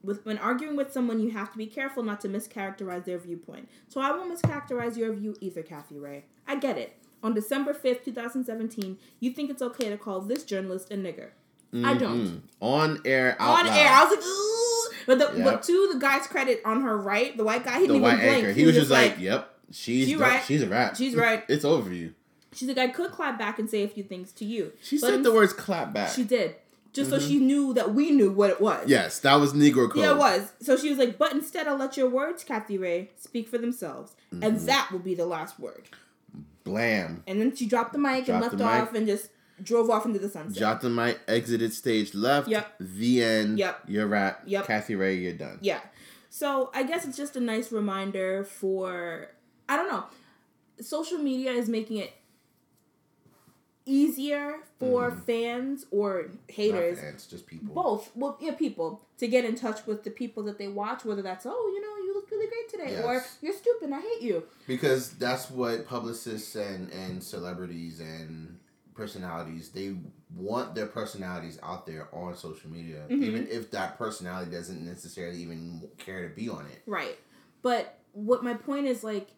S1: with when arguing with someone, you have to be careful not to mischaracterize their viewpoint. So I won't mischaracterize your view either, Kathy Ray. I get it. On December fifth, two thousand seventeen, you think it's okay to call this journalist a nigger. I don't.
S2: Mhm. On air, out
S1: on
S2: loud.
S1: air. I was like, ooh. But, the,
S2: Yep.
S1: but to the guy's credit, on her right, the white guy, he
S2: the
S1: didn't
S2: white
S1: even blink.
S2: anchor. He was just like, "Yep, she's
S1: She
S2: done.
S1: right.
S2: she's a rap.
S1: She's right."
S2: It's over for you."
S1: she's like, I could clap back and say a few things to you.
S2: She
S1: But
S2: said the words "clap back." Mm-hmm.
S1: She did. Just so she knew that we knew what it was.
S2: Yes, that was Negro code.
S1: Yeah, it was. So she was like, but instead, I'll let your words, Kathy Ray, speak for themselves.
S2: Mm-hmm.
S1: And that will be the last word.
S2: Blam.
S1: And then she dropped the mic and
S2: Dropped
S1: left
S2: the mic.
S1: off and just drove off into the sunset.
S2: Jonathan Mike exited stage left.
S1: Yep.
S2: The end.
S1: Yep.
S2: You're rap.
S1: Yep.
S2: Kathy Ray, you're done.
S1: Yeah. So I guess it's just a nice reminder for I don't know. Social media is making it easier for fans or haters,
S2: Mm-hmm. Not fans, just people.
S1: both well yeah, people to get in touch with the people that they watch, whether that's oh, you know, you look really great today or
S2: Yes.
S1: you're stupid, I hate you.
S2: Because that's what publicists and, and celebrities and personalities, they want their personalities out there on social media,
S1: Mhm.
S2: even if that personality doesn't necessarily even care to be on it.
S1: Right. But what my point is like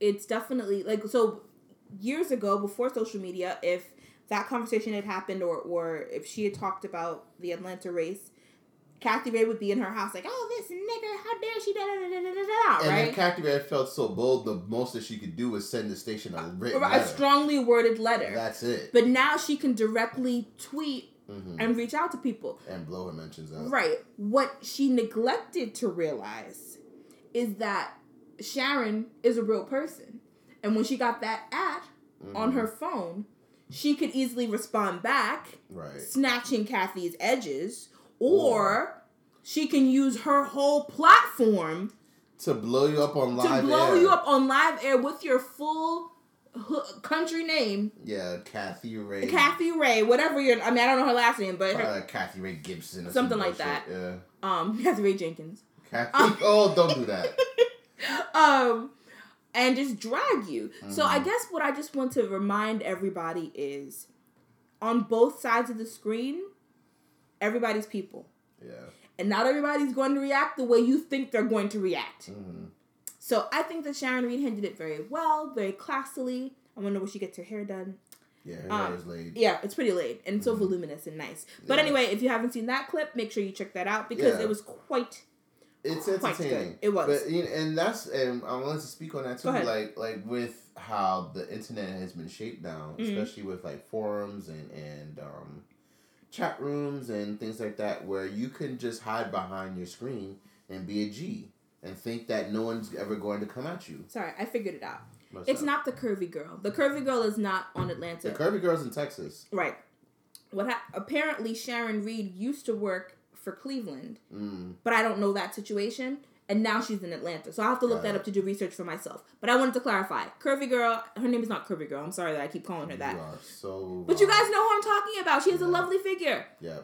S1: it's definitely like so years ago before social media if that conversation had happened or or if she had talked about the Atlanta race Kathy Ray would be in her house like oh this nigga how dare she da da da da da da
S2: And
S1: da
S2: then
S1: right
S2: Kathy Ray felt so bold, the most that she could do was send the station a written
S1: Or a
S2: letter.
S1: strongly worded letter
S2: That's it.
S1: but now she can directly tweet
S2: hmm
S1: and reach out to people
S2: And blow her mentions up.
S1: Right. What she neglected to realize is that Sharon is a real person. And when she got that ad on
S2: Mhm.
S1: her phone, she could easily respond back,
S2: Right.
S1: snatching Kathy's edges, or she can use her whole platform
S2: To blow you up on live
S1: to blow
S2: air.
S1: you up on live air with your full hu- country name,
S2: Yeah, Kathy Ray.
S1: Kathy Ray, whatever your I mean, I don't know her last name, but
S2: Probably
S1: her,
S2: like Kathy Ray Gibson or some
S1: Something like
S2: bullshit.
S1: that.
S2: Yeah.
S1: um Kathy Ray Jenkins.
S2: Kathy.
S1: Um.
S2: oh, don't do that.
S1: um and just drag you. So I
S2: Mhm.
S1: guess what I just want to remind everybody is on both sides of the screen, everybody's people.
S2: Yeah.
S1: And not everybody's going to react the way you think they're going to react.
S2: Mhm.
S1: So I think that Sharon Reed handled it very well, very classily. I wonder where she gets her hair done.
S2: Yeah, her
S1: Um,
S2: hair is laid.
S1: Yeah, it's pretty late and so
S2: Mhm.
S1: voluminous and nice. But
S2: Yeah.
S1: anyway, if you haven't seen that clip, make sure you check that out because
S2: Yeah.
S1: it was quite
S2: It's
S1: quite good.
S2: entertaining.
S1: Oh It was.
S2: But you know, and that's and I wanted to speak on that too.
S1: Go ahead.
S2: Like like with how the internet has been shaped now,
S1: Mhm.
S2: especially with like forums and and um, chat rooms and things like that, where you can just hide behind your screen and be a G and think that no one's ever going to come at you.
S1: sorry. I figured it out.
S2: What's
S1: It's
S2: up?
S1: not the curvy girl. The curvy girl is not on Atlanta.
S2: the Kirby girls in Texas.
S1: Right. What ha- apparently Sharon Reed used to work for Cleveland,
S2: Mm.
S1: but I don't know that situation. And now she's in Atlanta, so I will have to look
S2: Got
S1: that
S2: it.
S1: up to do research for myself. But I wanted to clarify, Curvy Girl. Her name is not Curvy Girl. I'm sorry that I keep calling her that.
S2: You are so.
S1: But you
S2: wrong.
S1: guys know who I'm talking about. She has a
S2: Yeah.
S1: lovely figure.
S2: Yeah.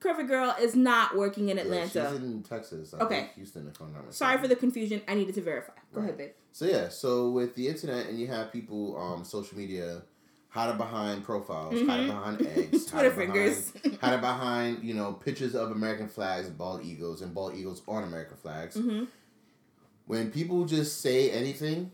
S1: Curvy Girl is not working in
S2: Yeah,
S1: Atlanta.
S2: she's in Texas. I
S1: Okay.
S2: Think Houston, if I'm not mistaken.
S1: Sorry for the confusion. I needed to verify. Go
S2: Right.
S1: ahead, babe.
S2: So yeah, so with the internet and you have people um social media hiding behind profiles, hiding behind eggs,
S1: Mm-hmm. Twitter
S2: hiding
S1: fingers.
S2: behind, hiding behind you know pictures of American flags, bald eagles, and bald eagles on American flags.
S1: hmm
S2: When people just say anything,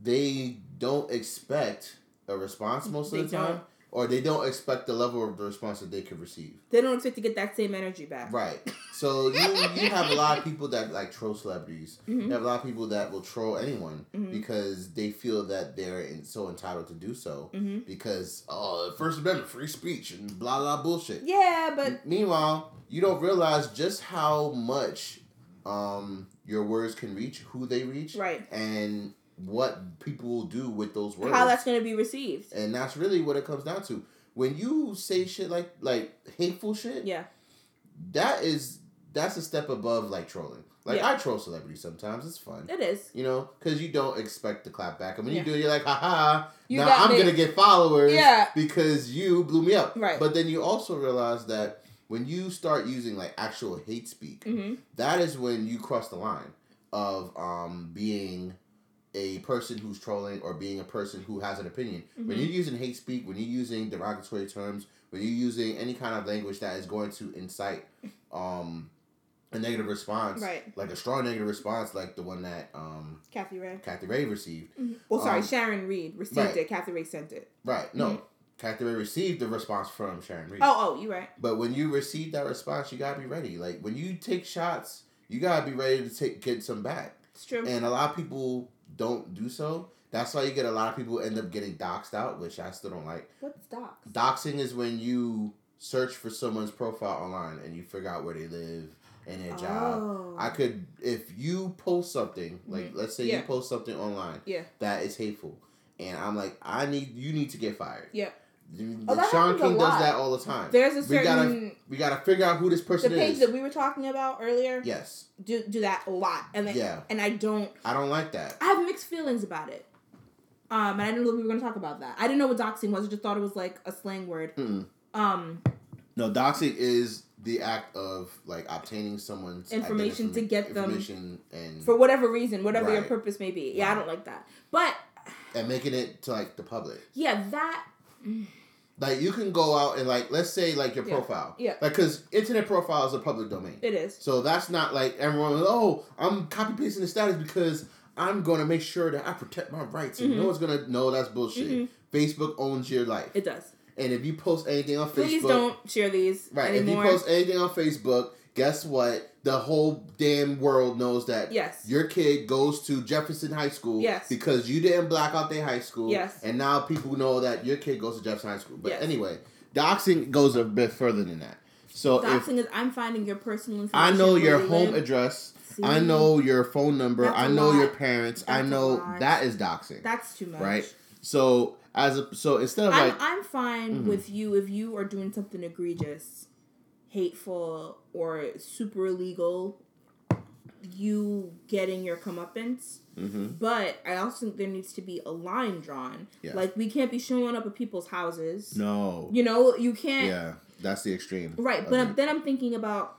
S2: they don't expect a response most
S1: They
S2: of the time,
S1: don't.
S2: or they don't expect the level of the response that they could receive.
S1: They don't expect to get that same energy back.
S2: Right. So you you have a lot of people that like troll celebrities.
S1: Mhm.
S2: You have a lot of people that will troll anyone
S1: Mhm.
S2: because they feel that they're in, so entitled to do so
S1: hmm
S2: because oh, the First Amendment, free speech, and blah blah bullshit.
S1: Yeah, but
S2: M- Meanwhile, you don't realize just how much um, your words can reach, who they reach,
S1: right.
S2: and what people will do with those words.
S1: How that's going to be received?
S2: and that's really what it comes down to. When you say shit like like hateful shit,
S1: Yeah.
S2: that is that's a step above like trolling. Like
S1: Yeah.
S2: I troll celebrities sometimes. It's fun.
S1: It is.
S2: You know, because you don't expect the clap back, and when
S1: Yeah.
S2: you do, you're like, "Ha ha!
S1: You
S2: now
S1: got
S2: I'm
S1: me.
S2: gonna get followers
S1: Yeah.
S2: because you blew me up."
S1: Right.
S2: But then you also realize that when you start using like actual hate speak,
S1: Mm-hmm.
S2: that is when you cross the line of um being a person who's trolling or being a person who has an opinion. When
S1: Mhm.
S2: you're using hate speak, when you're using derogatory terms, when you're using any kind of language that is going to incite um a negative response,
S1: Right.
S2: like a strong negative response, like the one that um
S1: Kathy Ray.
S2: Kathy Ray received.
S1: Well, sorry,
S2: Um,
S1: Sharon Reed received
S2: right.
S1: it. Kathy Ray sent it.
S2: Right? No, Kathy Ray received the response from Sharon Reed.
S1: Mm-hmm. Oh, oh, you right.
S2: But when you receive that response, you gotta be ready. Like when you take shots, you gotta be ready to take get some back.
S1: It's true.
S2: and a lot of people don't do so. That's why you get a lot of people end up getting doxed out, which I still don't like.
S1: What's docs?
S2: Doxing is when you search for someone's profile online and you figure out where they live and their job.
S1: Oh. Mm-hmm.
S2: I could, if you post something, like let's say
S1: Yeah.
S2: you post something online
S1: yeah.
S2: that is hateful, and I'm like, I need you need to get fired.
S1: Yeah.
S2: You-
S1: Oh, that
S2: Sean
S1: happens a
S2: King
S1: lot.
S2: does that all the time.
S1: There's a
S2: we gotta
S1: certain
S2: we gotta figure out who this
S1: the
S2: person
S1: page
S2: is.
S1: that we were talking about earlier.
S2: yes,
S1: Do do that a lot, and then,
S2: Yeah.
S1: and I don't.
S2: I don't like that.
S1: I have mixed feelings about it. Um, and I didn't know that we were gonna talk about that. I didn't know what doxing was. I just thought it was like a slang word.
S2: Mm-mm.
S1: Um,
S2: No, doxing is the act of like obtaining someone's
S1: Information to get them-
S2: information and
S1: for whatever reason, whatever your
S2: Right.
S1: purpose may be. Yeah, I
S2: Right.
S1: don't like that. But
S2: and making it to like the public.
S1: yeah, that
S2: Like you can go out and like let's say like your
S1: Yeah.
S2: profile,
S1: Yeah.
S2: like because internet profile is a public domain,
S1: it is.
S2: so that's not like everyone. Oh, I'm copy pasting the status because I'm gonna make sure that I protect my rights and
S1: Mhm.
S2: no one's gonna know that's bullshit. Facebook owns your life,
S1: Mm-hmm. It does.
S2: and if you post anything on Facebook,
S1: Please don't share these
S2: Right.
S1: anymore.
S2: If you post anything on Facebook, guess what? The whole damn world knows that
S1: Yes.
S2: your kid goes to Jefferson High School
S1: Yes.
S2: because you didn't black out their high school.
S1: Yes.
S2: And now people know that your kid goes to Jefferson High School. But
S1: Yes.
S2: anyway, doxing goes a bit further than that. So if
S1: doxing is I'm finding your personal
S2: I
S1: information.
S2: know
S1: where
S2: your
S1: you
S2: home
S1: live.
S2: address,
S1: See?
S2: I know your phone number,
S1: That's
S2: I
S1: a
S2: know
S1: lot.
S2: your parents, I
S1: That's a
S2: know
S1: lot.
S2: that is doxing.
S1: That's too much.
S2: right? So as a so instead of
S1: I'm,
S2: like
S1: I'm fine
S2: Mhm.
S1: with you if you are doing something egregious, hateful, or super illegal, you getting your comeuppance.
S2: Mhm.
S1: But I also think there needs to be a line drawn.
S2: Yeah.
S1: Like, we can't be showing up at people's houses.
S2: no.
S1: You know, you can't.
S2: Yeah. That's the extreme.
S1: Right,
S2: of
S1: but
S2: it.
S1: I'm, then I'm thinking about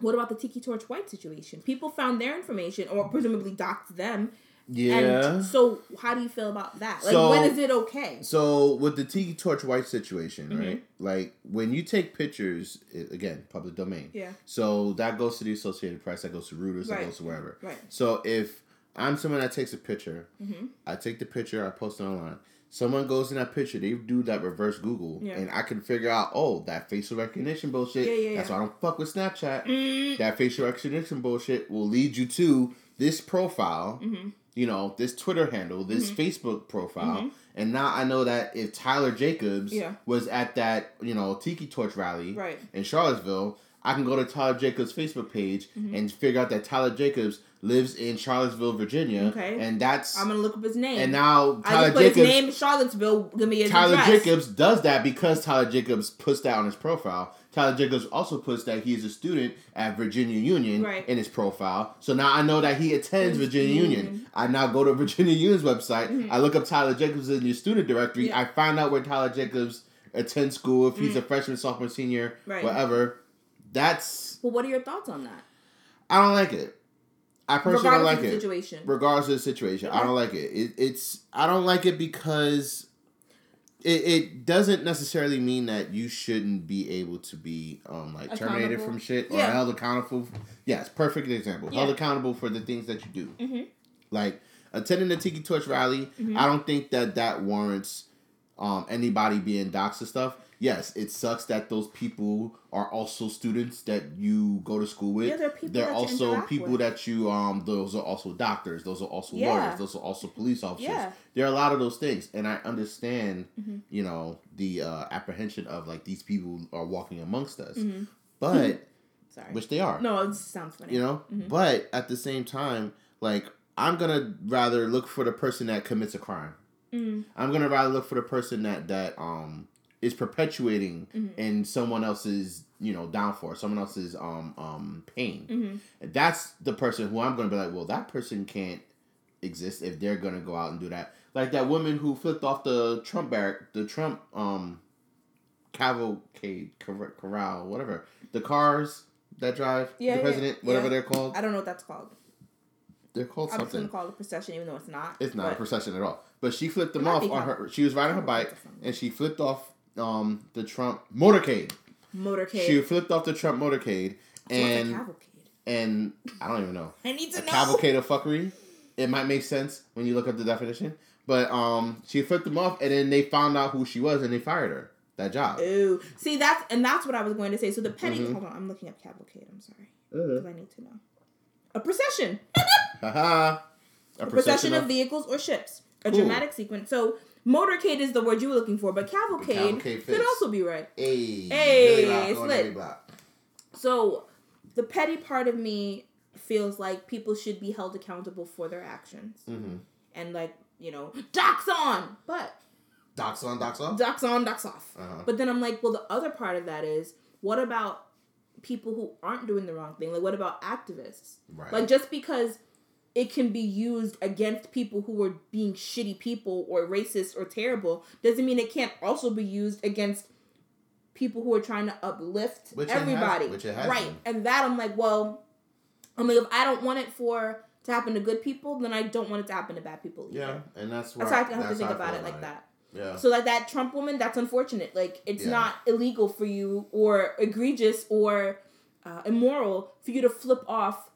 S1: what about the Tiki Torch White situation? People found their information or presumably doxed them.
S2: yeah.
S1: And so, how do you feel about that? Like,
S2: So-
S1: when is it okay?
S2: So with the Tiki Torch White situation,
S1: Mhm.
S2: right? Like when you take pictures, i again, public domain.
S1: Yeah,
S2: So that goes to the Associated Press, that goes to Reuters,
S1: Right.
S2: that goes to wherever.
S1: right.
S2: So if I'm someone that takes a picture,
S1: Mm-hmm.
S2: I take the picture, I post it online. Someone goes in that picture, they do that reverse Google,
S1: Yeah.
S2: and I can figure out, oh, that facial recognition bullshit.
S1: Yeah, yeah,
S2: that's
S1: yeah. Mm-hmm.
S2: why I don't fuck with Snapchat. That facial recognition bullshit will lead you to this profile
S1: Mm-hmm.
S2: you know, this Twitter handle, this Facebook profile, and now I know that if Tyler Jacobs
S1: Yeah.
S2: was at that, you know, Tiki Torch rally
S1: Right.
S2: in Charlottesville, I can go to Tyler Jacobs' Facebook page
S1: Mm-hmm.
S2: and figure out that Tyler Jacobs lives in Charlottesville, Virginia,
S1: Okay.
S2: and that's
S1: I'm gonna look up his name.
S2: and now
S1: I
S2: Tyler
S1: look up his
S2: Jacobs
S1: name is Charlottesville. Give me his
S2: Tyler
S1: address.
S2: Jacobs does that because Tyler Jacobs puts that on his profile. Tyler Jacobs also puts that he is a student at Virginia Union
S1: Right.
S2: in his profile. So now I know that he attends Virginia
S1: Virginia
S2: Union. I now go to Virginia Union's website. I look up Tyler Jacobs in your student directory.
S1: Mm-hmm. Yeah. Mm.
S2: I find out where Tyler Jacobs attends school, if he's a freshman, sophomore, senior,
S1: Right.
S2: whatever. That's
S1: Well, what are your thoughts on that?
S2: I don't like it. I personally
S1: Regardless
S2: don't
S1: of
S2: like
S1: the
S2: it.
S1: situation.
S2: Regardless of the situation, I don't like it. it. It's I don't like it because it, it doesn't necessarily mean that you shouldn't be able to be um like terminated
S1: Accountable.
S2: from shit or
S1: Yeah.
S2: held accountable. Yes, perfect example. Held
S1: Yeah.
S2: accountable for the things that you do.
S1: Mhm.
S2: Like attending the Tiki Torch rally,
S1: Mm-hmm.
S2: I don't think that that warrants um anybody being doxed and stuff. Yes, it sucks that those people are also students that you go to school with.
S1: Yeah, they're people that you
S2: also
S1: interact
S2: people
S1: with.
S2: that you um those are also doctors, those are also
S1: Yeah.
S2: lawyers, those are also police officers.
S1: Yeah.
S2: There are a lot of those things and I understand,
S1: Mhm.
S2: you know, the uh apprehension of like these people are walking amongst us.
S1: Mhm.
S2: But
S1: Sorry.
S2: which they are.
S1: no, it just sounds funny.
S2: You know?
S1: Mhm.
S2: But at the same time, like I'm gonna rather look for the person that commits a crime.
S1: Mm,
S2: I'm gonna rather look for the person that that um is perpetuating
S1: Mm-hmm.
S2: in someone else's you know downfall, someone else's um um pain.
S1: mm-hmm.
S2: That's the person who I'm gonna be like, well, that person can't exist if they're gonna go out and do that. Like that woman who flipped off the Trump barrack, the Trump um cavalcade, cor- corral, whatever the cars that drive
S1: Yeah,
S2: the
S1: yeah,
S2: president,
S1: yeah.
S2: whatever they're called.
S1: I don't know what that's called.
S2: They're called
S1: I'm just gonna
S2: something.
S1: call it a procession, even though it's not.
S2: It's not a
S1: but-
S2: procession at all. But she flipped them
S1: might
S2: off
S1: be
S2: on
S1: called-
S2: her. She was riding her bike and she flipped off um the Trump motorcade.
S1: motorcade.
S2: She flipped off the Trump motorcade
S1: What's a
S2: and
S1: cavalcade?
S2: and I don't even know
S1: I need to
S2: a
S1: know.
S2: cavalcade of fuckery. It might make sense when you look up the definition. But um, she flipped them off and then they found out who she was and they fired her. That job.
S1: Ooh, see that's and that's what I was going to say. So the petty.
S2: Mm-hmm.
S1: Hold on, I'm looking up cavalcade. I'm sorry, because I need to know. A procession,
S2: Haha. A
S1: a procession of vehicles or ships, a
S2: Cool.
S1: dramatic sequence. So motorcade is the word you were looking for, but cavalcade,
S2: Cavalcade
S1: could
S2: fits.
S1: also be right.
S2: Hey,
S1: Hey,
S2: Billy Rock
S1: it's
S2: on
S1: lit.
S2: every block.
S1: So the petty part of me feels like people should be held accountable for their actions
S2: Mhm.
S1: and like you know docs on, but
S2: Docs on, docs off.
S1: docs on, docs off.
S2: Uh-huh.
S1: But then I'm like, well, the other part of that is, what about people who aren't doing the wrong thing? Like, what about activists?
S2: Right.
S1: Like, just because it can be used against people who are being shitty people or racist or terrible doesn't mean it can't also be used against people who are trying to uplift
S2: Which it has-
S1: everybody.
S2: which it has
S1: right.
S2: been.
S1: And that I'm like, well, I'm like, if I don't want it for to happen to good people, then I don't want it to happen to bad people. Either.
S2: yeah, and that's why
S1: That's how I have to
S2: that's
S1: think
S2: how I
S1: about
S2: feel
S1: it like that.
S2: Yeah.
S1: So like that Trump woman, that's unfortunate. Like it's
S2: Yeah.
S1: not illegal for you or egregious or uh, immoral for you to flip off.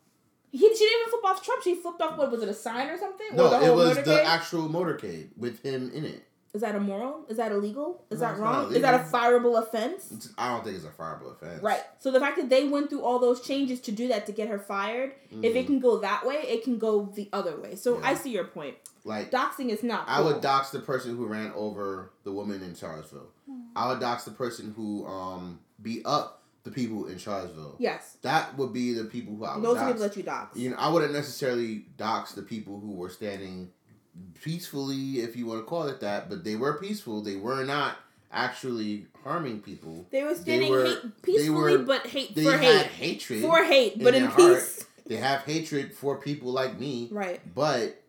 S1: He, she didn't even flip off Trump. She flipped off what was it a sign or something? or
S2: No,
S1: the
S2: it was the
S1: motorcade?
S2: actual motorcade with him in it.
S1: Is that immoral? Is that illegal? Is
S2: No,
S1: that
S2: it's not
S1: wrong? Is that a
S2: illegal.
S1: fireable offense?
S2: It's- I don't think it's a fireable offense.
S1: Right. So the fact that they went through all those changes to do that to get her fired, if
S2: Mm-hmm.
S1: it can go that way, it can go the other way. So
S2: Yeah.
S1: I see your point.
S2: Like
S1: Doxing is not.
S2: I
S1: cool.
S2: would dox the person who ran over the woman in Charlottesville.
S1: Hmm.
S2: I would dox the person who um beat up the people in Charlottesville.
S1: Yes.
S2: That would be the people who I would
S1: Those are
S2: dox.
S1: people that you dox.
S2: you know, I wouldn't necessarily dox the people who were standing peacefully, if you want to call it that, but they were peaceful. They were not actually harming people.
S1: They were standing
S2: were- they
S1: hate peacefully,
S2: were-
S1: but hate
S2: They
S1: for
S2: had
S1: hate.
S2: hatred
S1: for hate, but in
S2: their heart.
S1: peace.
S2: They have hatred for people like me.
S1: Right,
S2: But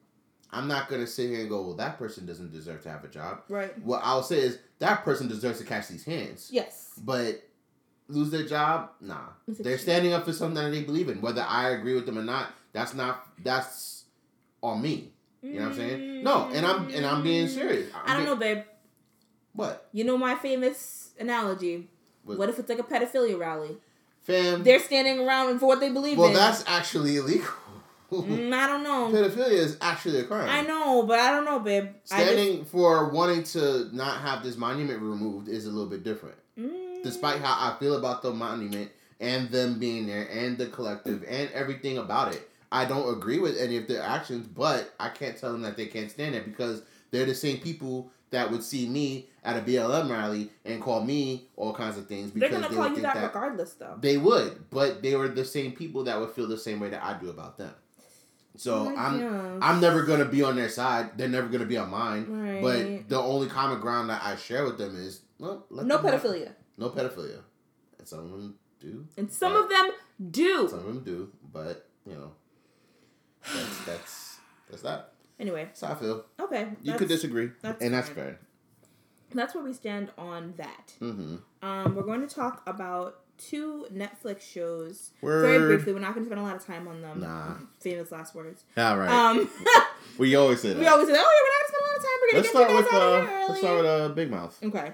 S2: I'm not gonna sit here and go, well, that person doesn't deserve to have a job.
S1: right.
S2: What I'll say is that person deserves to catch these hands.
S1: Yes.
S2: But lose their job, nah.
S1: It's a
S2: They're
S1: cheat.
S2: standing up for something that they believe in. Whether I agree with them or not, that's not that's on me. You know what I'm saying? No, and I'm and I'm being serious. I'm
S1: Mm. I don't
S2: being-
S1: know, babe.
S2: what.
S1: You know my famous analogy.
S2: What-
S1: What if it's like a pedophilia rally?
S2: Fam.
S1: They're standing around for what they believe
S2: Well,
S1: in.
S2: that's actually illegal.
S1: Mm, I don't know.
S2: Pedophilia is actually a crime.
S1: I know, but I don't know, babe. I
S2: Standing for wanting to not have this monument removed is a little bit different.
S1: just, Mm,
S2: Despite how I feel about the monument and them being there and the collective and everything about it, I don't agree with any of their actions, but I can't tell them that they can't stand it because they're the same people that would see me at a BLM rally and call me all kinds of things
S1: they're
S2: because
S1: gonna
S2: they
S1: call
S2: would
S1: you
S2: think
S1: that,
S2: that
S1: regardless, though.
S2: they would, but they were the same people that would feel the same way that I do about them. So
S1: My
S2: I'm
S1: gosh.
S2: I'm never gonna be on their side. They're never gonna be on mine.
S1: Right.
S2: But the only common ground that I share with them is well, let
S1: no
S2: them have-
S1: pedophilia,
S2: no pedophilia. And some of them do.
S1: and some
S2: Right.
S1: of them do.
S2: Some of them do. But you know, that's that's that's that.
S1: Anyway,
S2: That's how I feel.
S1: okay.
S2: You
S1: that's-
S2: could disagree,
S1: that's
S2: and that's
S1: fine.
S2: fair.
S1: That's where we stand on that.
S2: Mm-hmm.
S1: Um, we're going to talk about two Netflix shows
S2: Word.
S1: very briefly. We're not going to spend a lot of time on them.
S2: Nah.
S1: Famous last words.
S2: All right.
S1: Um,
S2: we always say that.
S1: we always say, oh, yeah, we're not going to spend
S2: let's
S1: a lot
S2: start
S1: of
S2: with
S1: time. We're
S2: uh,
S1: going to get you guys out
S2: let's
S1: of here
S2: start
S1: early.
S2: with uh, Mm-hmm. Big Mouth.
S1: Okay.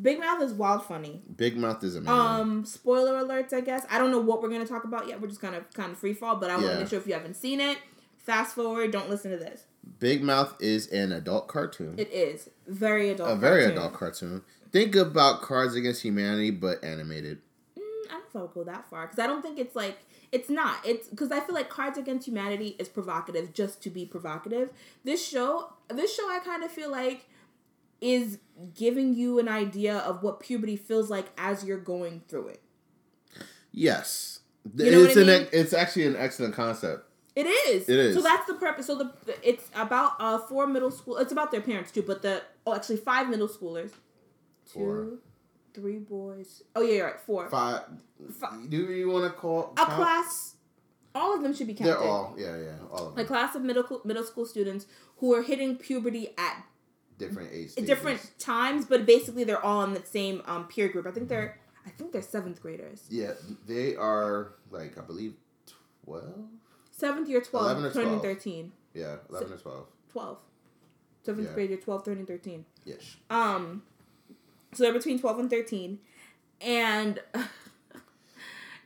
S1: Big Mouth is wild funny.
S2: Big Mouth is amazing.
S1: Um, spoiler alerts, I guess. I don't know what we're going to talk about yet. We're just going to kind of free fall, but I want
S2: Yeah.
S1: to make sure if you haven't seen it, fast forward, don't listen to this.
S2: Big Mouth is an adult cartoon.
S1: It is very adult.
S2: a very
S1: cartoon.
S2: adult cartoon. Think about Cards Against Humanity, but animated.
S1: Mm, I don't know if I would go that far because I don't think it's like it's not. It's because I feel like Cards Against Humanity is provocative just to be provocative. This show, this show, I kind of feel like is giving you an idea of what puberty feels like as you're going through it.
S2: Yes,
S1: You know what
S2: it's
S1: I
S2: an
S1: mean?
S2: it's actually an excellent concept.
S1: It is.
S2: It is.
S1: So that's the purpose. So the the- it's about uh four middle school. It's about their parents too, but the oh actually five middle schoolers two, three boys. Oh yeah, you're right. Four.
S2: Five.
S1: Fi-
S2: Do you want to call?
S1: A
S2: count?
S1: class. All of them should be counted.
S2: They're all. Yeah, yeah. All of
S1: A
S2: them.
S1: class of middle middle school students who are hitting puberty at
S2: different age. Stages.
S1: different times, but basically they're all in the same um, peer group. I think they're I think they're seventh graders.
S2: Yeah, they are like I believe twelve.
S1: Seventh year
S2: 11 or
S1: 12,
S2: 12.
S1: turning 13.
S2: Yeah, eleven or twelve.
S1: 12. Seventh
S2: Yeah.
S1: grade year 12, turning 13.
S2: Yes.
S1: Um, so they're between 12 and 13. And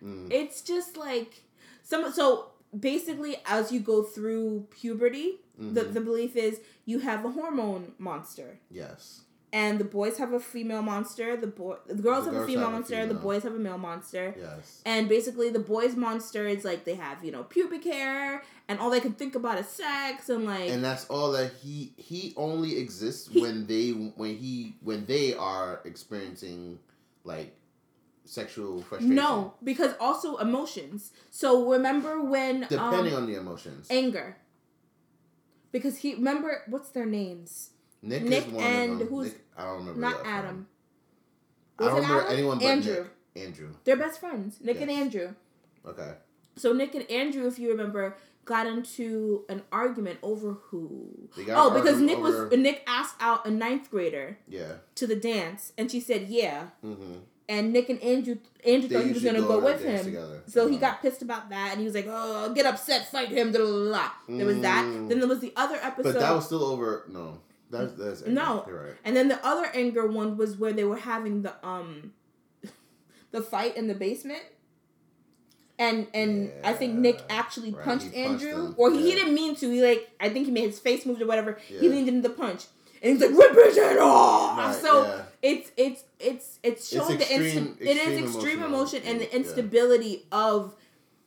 S2: Mm.
S1: it's just like some so basically as you go through puberty, the,
S2: Mhm.
S1: the belief is you have a hormone monster.
S2: Yes.
S1: And the boys have a female monster, the boy the girls
S2: The
S1: have a
S2: girls
S1: female
S2: have a
S1: monster, the
S2: female.
S1: boys have a male monster.
S2: Yes.
S1: And basically, the boys' monster is like they have, you know, pubic hair, and all they can think about is sex, and like,
S2: And that's all that he he only exists
S1: He-
S2: when they when he when they are experiencing like sexual frustration.
S1: no, because also emotions. So remember when
S2: Depending
S1: um,
S2: on the emotions.
S1: anger, because he remember what's their names?
S2: Nick,
S1: Nick
S2: is one
S1: and
S2: of them.
S1: who's-
S2: Nick, I don't remember. the
S1: Not
S2: other one.
S1: Adam.
S2: I
S1: Was
S2: don't
S1: it
S2: remember
S1: Adam?
S2: anyone but
S1: Andrew.
S2: Nick. Andrew.
S1: They're best friends, Nick and
S2: Yes.
S1: Andrew.
S2: Okay.
S1: So Nick and Andrew, if you remember, got into an argument over who.
S2: They got
S1: Oh, because
S2: argued
S1: Nick
S2: over-
S1: was Nick asked out a ninth grader
S2: Yeah.
S1: to the dance, and she said yeah.
S2: Mm-hmm.
S1: and Nick and Andrew Andrew thought he was gonna go, with him.
S2: Together.
S1: So he
S2: Uh-huh.
S1: got pissed about that, and he was like, "Oh, get upset, fight him." Da, da, da, da. There was that.
S2: Mm.
S1: Then there was the other episode,
S2: But that was still over. No, that's that's
S1: No.
S2: You're right.
S1: and then the other anger one was where they were having the um, the fight in the basement, and and I think Nick
S2: Yeah,
S1: actually
S2: right,
S1: punched
S2: he punched
S1: Andrew,
S2: him,
S1: or he, he
S2: yeah.
S1: didn't mean to. He like I think he made his face move or whatever. He
S2: Yeah.
S1: leaned into the punch, and he's like, "Rip his head off!"
S2: Right,
S1: so
S2: yeah.
S1: it's it's it's it's showing the
S2: extreme-
S1: insta- it
S2: extreme
S1: is extreme
S2: emotional.
S1: emotion and the
S2: Yeah.
S1: instability of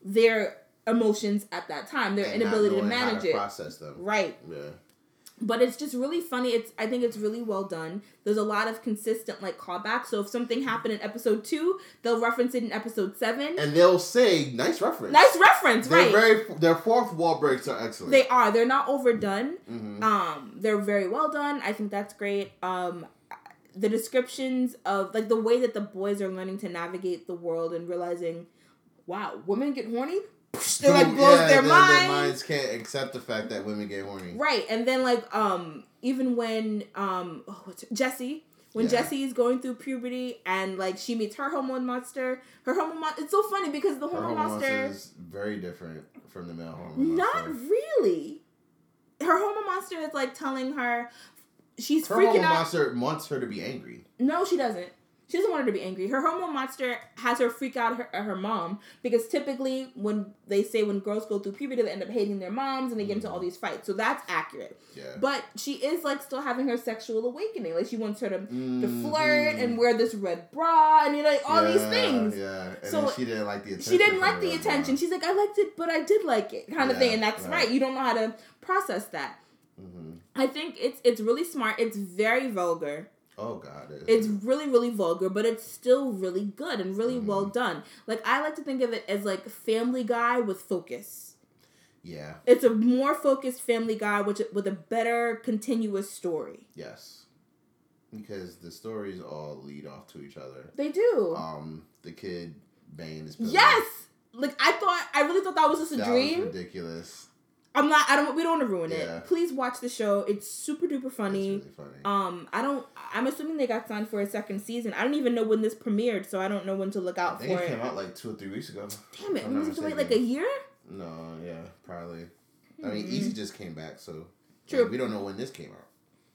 S1: their emotions at that time their
S2: And not
S1: inability to
S2: knowing how
S1: manage it
S2: Process them.
S1: right
S2: Yeah.
S1: but it's just really funny it's i think it's really well done there's a lot of consistent like callbacks so if something happened in episode two they'll reference it in episode seven
S2: And they'll say nice reference.
S1: nice reference
S2: They're
S1: right
S2: very their fourth wall breaks are excellent.
S1: they are they're not overdone
S2: Mhm.
S1: um they're very well done i think that's great um the descriptions of like the way that the boys are learning to navigate the world and realizing wow women get horny they like
S2: Who-
S1: blows
S2: yeah,
S1: their,
S2: Their
S1: mind
S2: minds can't accept the fact that women get horny.
S1: right and then like um even when um oh, what's jesse when
S2: Yeah.
S1: Jessie is going through puberty and like she meets her hormone monster, her hormone mon- it's so funny because the
S2: Her
S1: hormone,
S2: hormone
S1: monster
S2: is very different from the male hormone.
S1: Not
S2: monster.
S1: really. Her hormone monster is like telling her she's
S2: Her
S1: freaking
S2: hormone
S1: out.
S2: monster wants her to be angry.
S1: No, she doesn't. She doesn't want her to be angry. Her hormone monster has her freak out her, at her mom because typically when they say when girls go through puberty, they end up hating their moms and they get into all
S2: Mm.
S1: these fights. So that's accurate.
S2: Yeah.
S1: But she is like still having her sexual awakening. Like she wants her to, to flirt
S2: Mhm.
S1: and wear this red bra and you know, like all these
S2: Mm-hmm. Yeah,
S1: things.
S2: Yeah. And
S1: So
S2: then she didn't like the attention.
S1: She didn't
S2: from
S1: like the
S2: other
S1: attention. She's like, I liked it, but I did like it, kind of
S2: Yeah,
S1: thing. And that's
S2: right.
S1: right. You don't know how to process that.
S2: one. Mhm.
S1: I think it's it's really smart. It's very vulgar.
S2: Oh God. it-
S1: It's really really vulgar, but it's still really good and really
S2: Mhm.
S1: well done. Like I like to think of it as like Family Guy with focus.
S2: yeah.
S1: It's a more focused Family Guy, which with a better continuous story.
S2: Yes. Because the stories all lead off to each other.
S1: They do.
S2: Um, the kid banging his pillow.
S1: yes. Like I thought, I really thought that was just a
S2: that
S1: dream.
S2: was ridiculous.
S1: I'm not. I don't. We don't want to ruin
S2: Yeah.
S1: it. Please watch the show. It's super duper funny.
S2: It's really funny.
S1: um, I don't. I'm assuming they got signed for a second season. I don't even know when this premiered, so I don't know when to look
S2: I
S1: out
S2: think
S1: for
S2: it
S1: it.
S2: came out like two or three weeks ago.
S1: Damn it,
S2: I'm
S1: we
S2: not
S1: have to wait like a
S2: mistaken.
S1: year?
S2: No, yeah, probably. I mean,
S1: Mhm.
S2: Easy just came back, so
S1: True.
S2: like, we don't know when this came out,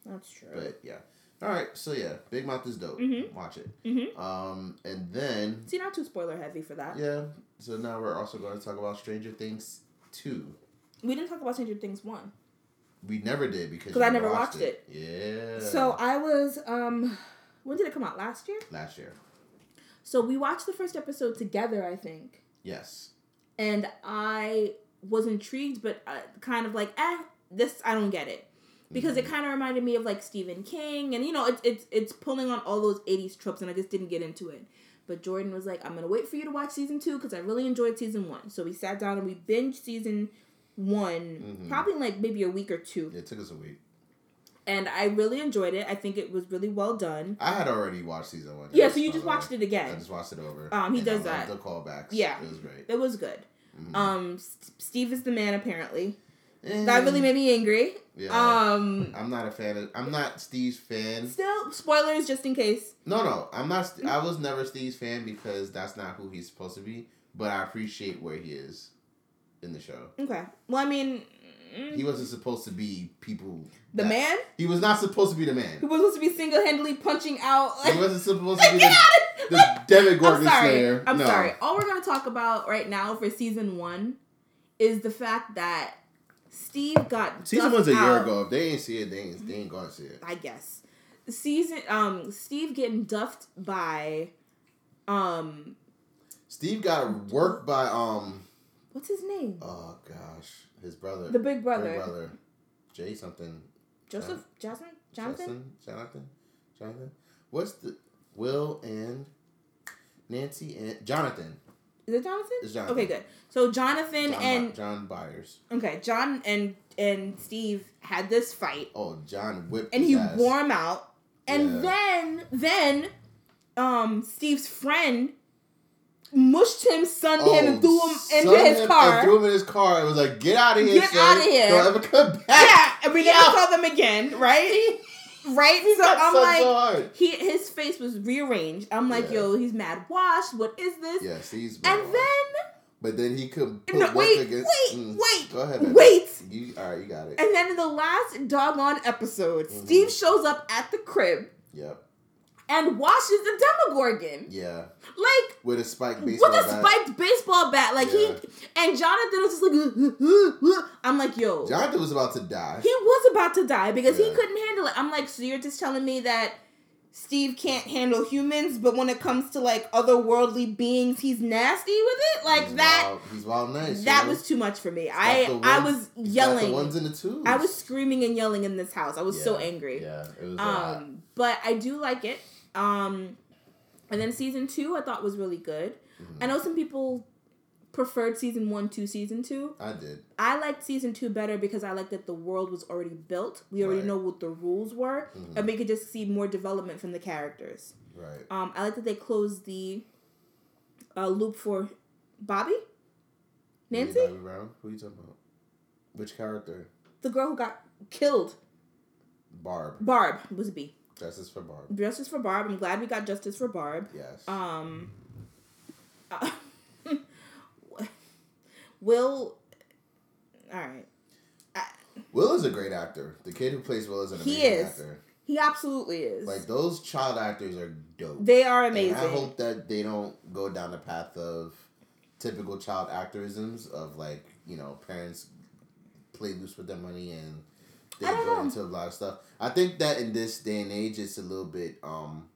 S1: That's true.
S2: but yeah. All right, so yeah, Big Mouth is dope.
S1: Mhm.
S2: Watch it.
S1: Mhm.
S2: Um, and then
S1: See, not too spoiler heavy for that.
S2: yeah, so now we're also going to talk about Stranger Things two.
S1: We didn't talk about Stranger Things 1.
S2: We never did because
S1: 'Cause
S2: you
S1: I never watched
S2: Yeah.
S1: So I was, um, when did it come out? Last year?
S2: last year,
S1: So we watched the first episode together, I think.
S2: yes.
S1: And I was intrigued, but uh, kind of like, eh, this, I don't get it. Because it kind of reminded me of like Stephen King, and you know, it's it's it's pulling on all those '80s tropes, and I just didn't get into it. But Jordan was like, "I'm gonna wait for you to watch season two because I really enjoyed season one." So we sat down and we binged season one,
S2: Mhm.
S1: Mm-hmm. probably in, like maybe a week or two.
S2: it took us a week.
S1: and I really enjoyed it. I think it was really well done.
S2: I had already watched season one.
S1: Yeah, so you
S2: by
S1: just
S2: the way.
S1: watched it
S2: I
S1: again.
S2: just watched it over.
S1: Um, he
S2: and I
S1: does
S2: loved
S1: that.
S2: The callbacks.
S1: Yeah.
S2: it was great.
S1: It was good.
S2: Mhm.
S1: Um, S- Steve is the man apparently. That really made me angry.
S2: Mm-hmm. Yeah.
S1: Um,
S2: I'm not a fan of. I'm not Steve's fan.
S1: still spoilers just in case.
S2: No, no, I'm not. St- I was never Steve's fan because that's not who he's supposed to be. But I appreciate where he is in the show.
S1: Okay. Well, I mean, mm,
S2: He wasn't supposed to be people.
S1: the
S2: that-
S1: man
S2: He was not supposed to be the
S1: who
S2: man.
S1: was supposed to be single handedly punching out.
S2: He wasn't supposed to be
S1: Get
S2: the,
S1: out of-
S2: the
S1: like, I'm
S2: Demogorgon
S1: sorry.
S2: Slayer.
S1: I'm
S2: no.
S1: sorry. All we're gonna talk about right now for season one is the fact that Steve got
S2: Season
S1: duffed
S2: one's a year
S1: out.
S2: ago. If they ain't see it, they ain't, they ain't gonna see it.
S1: I guess. Season um Steve getting duffed by um
S2: Steve got worked by um.
S1: what's his name?
S2: Oh gosh, his brother.
S1: The big brother.
S2: Big brother. Jay something.
S1: Joseph Johnson? Johnson?
S2: Justin? Jonathan. Jonathan. What's the Will and Nancy and Jonathan?
S1: Is it Jonathan?
S2: It's Jonathan.
S1: Okay, good. So Jonathan
S2: John, Bi-
S1: and
S2: John Byers.
S1: okay, John and and Steve had this fight
S2: Oh, John whipped.
S1: and
S2: his
S1: he
S2: ass.
S1: wore him out. And
S2: Yeah.
S1: then then um Steve's friend mushed him, sunned
S2: Oh,
S1: him, and threw him into
S2: son
S1: his
S2: him-
S1: car.
S2: And threw him in his car. It was like, get out of here.
S1: Get
S2: son.
S1: outta here."
S2: Don't ever come
S1: yeah,
S2: back.
S1: and we
S2: Yeah.
S1: never saw them again, right? right? So I'm
S2: so
S1: like,
S2: hard.
S1: he his face was rearranged. I'm like,
S2: Yeah.
S1: yo, he's mad washed. What is this?
S2: Yes, he's.
S1: And
S2: wild.
S1: then
S2: but then he could. Put
S1: No,
S2: work
S1: wait,
S2: against,
S1: wait,
S2: Mm.
S1: wait,
S2: Go ahead. baby.
S1: wait.
S2: You all right? You got it.
S1: and then in the last doggone episode,
S2: Mm-hmm.
S1: Steve shows up at the crib
S2: yep.
S1: and washes the Demogorgon.
S2: Yeah.
S1: Like
S2: With a spike baseball
S1: with a
S2: bat.
S1: spiked baseball bat. Like he
S2: Yeah.
S1: and Jonathan was just like "Uh, uh, uh, uh." I'm like, yo.
S2: Jonathan was about to die.
S1: he was about to die because he
S2: Yeah.
S1: couldn't handle it. I'm like, so you're just telling me that Steve can't handle humans, but when it comes to like otherworldly beings, he's nasty with it? Like
S2: He's
S1: that
S2: wild- he's wild nice. you
S1: that
S2: know?
S1: was too much for me.
S2: He's got
S1: I
S2: the ones-
S1: I was
S2: he's got The
S1: yelling.
S2: ones and the twos.
S1: I was screaming and yelling in this house. I was so
S2: Yeah,
S1: angry.
S2: Yeah, it was. a lot.
S1: Um, but I do like it. Um, and then season two I thought was really good.
S2: Mm-hmm.
S1: I know some people preferred season one to season two.
S2: I did.
S1: I liked season two better because I liked that the world was already built. We already
S2: Right.
S1: know what the rules were,
S2: Mhm.
S1: and we could just see more development from the characters.
S2: Right.
S1: Um, I like that they closed the uh, loop for Bobby, Nancy,
S2: Bobby Brown. Who you talking about? Which character?
S1: the girl who got killed.
S2: Barb.
S1: Barb was a B.
S2: Justice for Barb.
S1: Justice for Barb. I'm glad we got justice for Barb.
S2: Yes.
S1: Um, uh, Will. All right.
S2: Will is a great actor. The kid who plays Will is an
S1: He
S2: amazing
S1: is.
S2: actor.
S1: He absolutely is.
S2: Like those child actors are dope.
S1: they are
S2: And
S1: amazing.
S2: I hope that they don't go down the path of typical child actorisms of like, you know, parents play loose with their money and they
S1: I don't
S2: go
S1: know.
S2: into a lot of stuff. I think that in this day and age it's a little bit um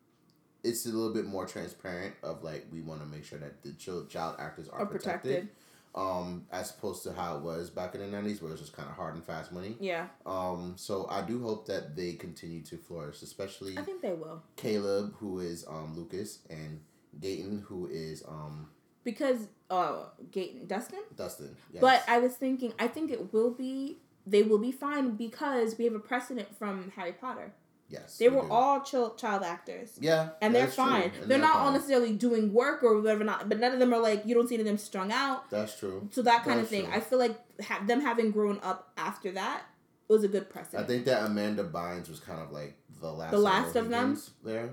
S2: it's a little bit more transparent of like we want to make sure that the child child actors are,
S1: Are
S2: protected.
S1: protected.
S2: Um, as opposed to how it was back in the nineties, where it was just kind of hard and fast money.
S1: Yeah,
S2: Um, so I do hope that they continue to flourish, especially
S1: I think they will
S2: Caleb, who is um Lucas, and Dayton, who is um
S1: because uh, Gayton Dustin.
S2: Dustin. Yes.
S1: But uh, I was thinking, I think it will be. They will be fine because we have a precedent from Harry Potter.
S2: yes,
S1: They
S2: we
S1: were
S2: do.
S1: all child child actors.
S2: yeah,
S1: and they're
S2: that's true.
S1: fine.
S2: And
S1: they're, not all
S2: fine.
S1: necessarily doing work or whatever. Not, but none of them are like you don't see any of them strung out.
S2: That's true.
S1: So that kind
S2: That's
S1: of thing.
S2: true.
S1: I feel like ha- them having grown up after that was a good
S2: I
S1: precedent.
S2: think that Amanda Bynes was kind of like the last
S1: The last
S2: the
S1: of them?
S2: Mohicans there,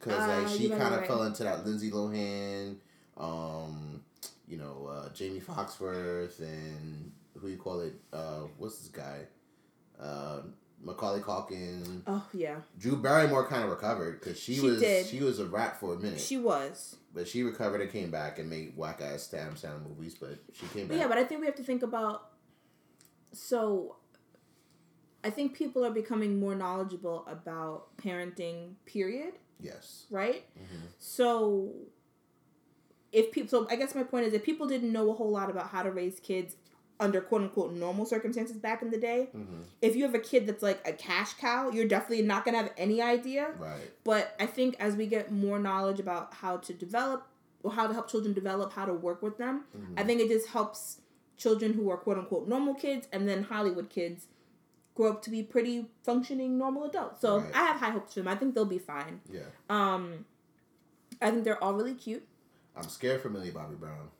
S2: because
S1: Uh,
S2: like she
S1: you might be
S2: kind of
S1: right.
S2: fell into that Lindsay Lohan, um, you know uh, Jamie Foxworth and who you call it? Uh, what's this guy? Uh, Macaulay Culkin.
S1: oh yeah,
S2: Drew Barrymore kind of recovered because she,
S1: She
S2: was
S1: did.
S2: she was a rat for a minute.
S1: she was.
S2: But she recovered and came back and made whack ass Sam Sam movies, but she came
S1: But
S2: back.
S1: yeah, but I think we have to think about. So. I think people are becoming more knowledgeable about parenting. Period.
S2: yes.
S1: Right.
S2: Mhm.
S1: So. If people, so I guess my point is, if people didn't know a whole lot about how to raise kids under quote unquote normal circumstances back in the day,
S2: Mm-hmm.
S1: if you have a kid that's like a cash cow, you're definitely not gonna have any idea.
S2: Right.
S1: But I think as we get more knowledge about how to develop or how to help children develop, how to work with them,
S2: Mhm.
S1: I think it just helps children who are quote unquote normal kids and then Hollywood kids grow up to be pretty functioning normal adults. So
S2: Right.
S1: I have high hopes for them. I think they'll be fine.
S2: Yeah.
S1: Um, I think they're all really cute.
S2: I'm scared for Millie Bobby Brown.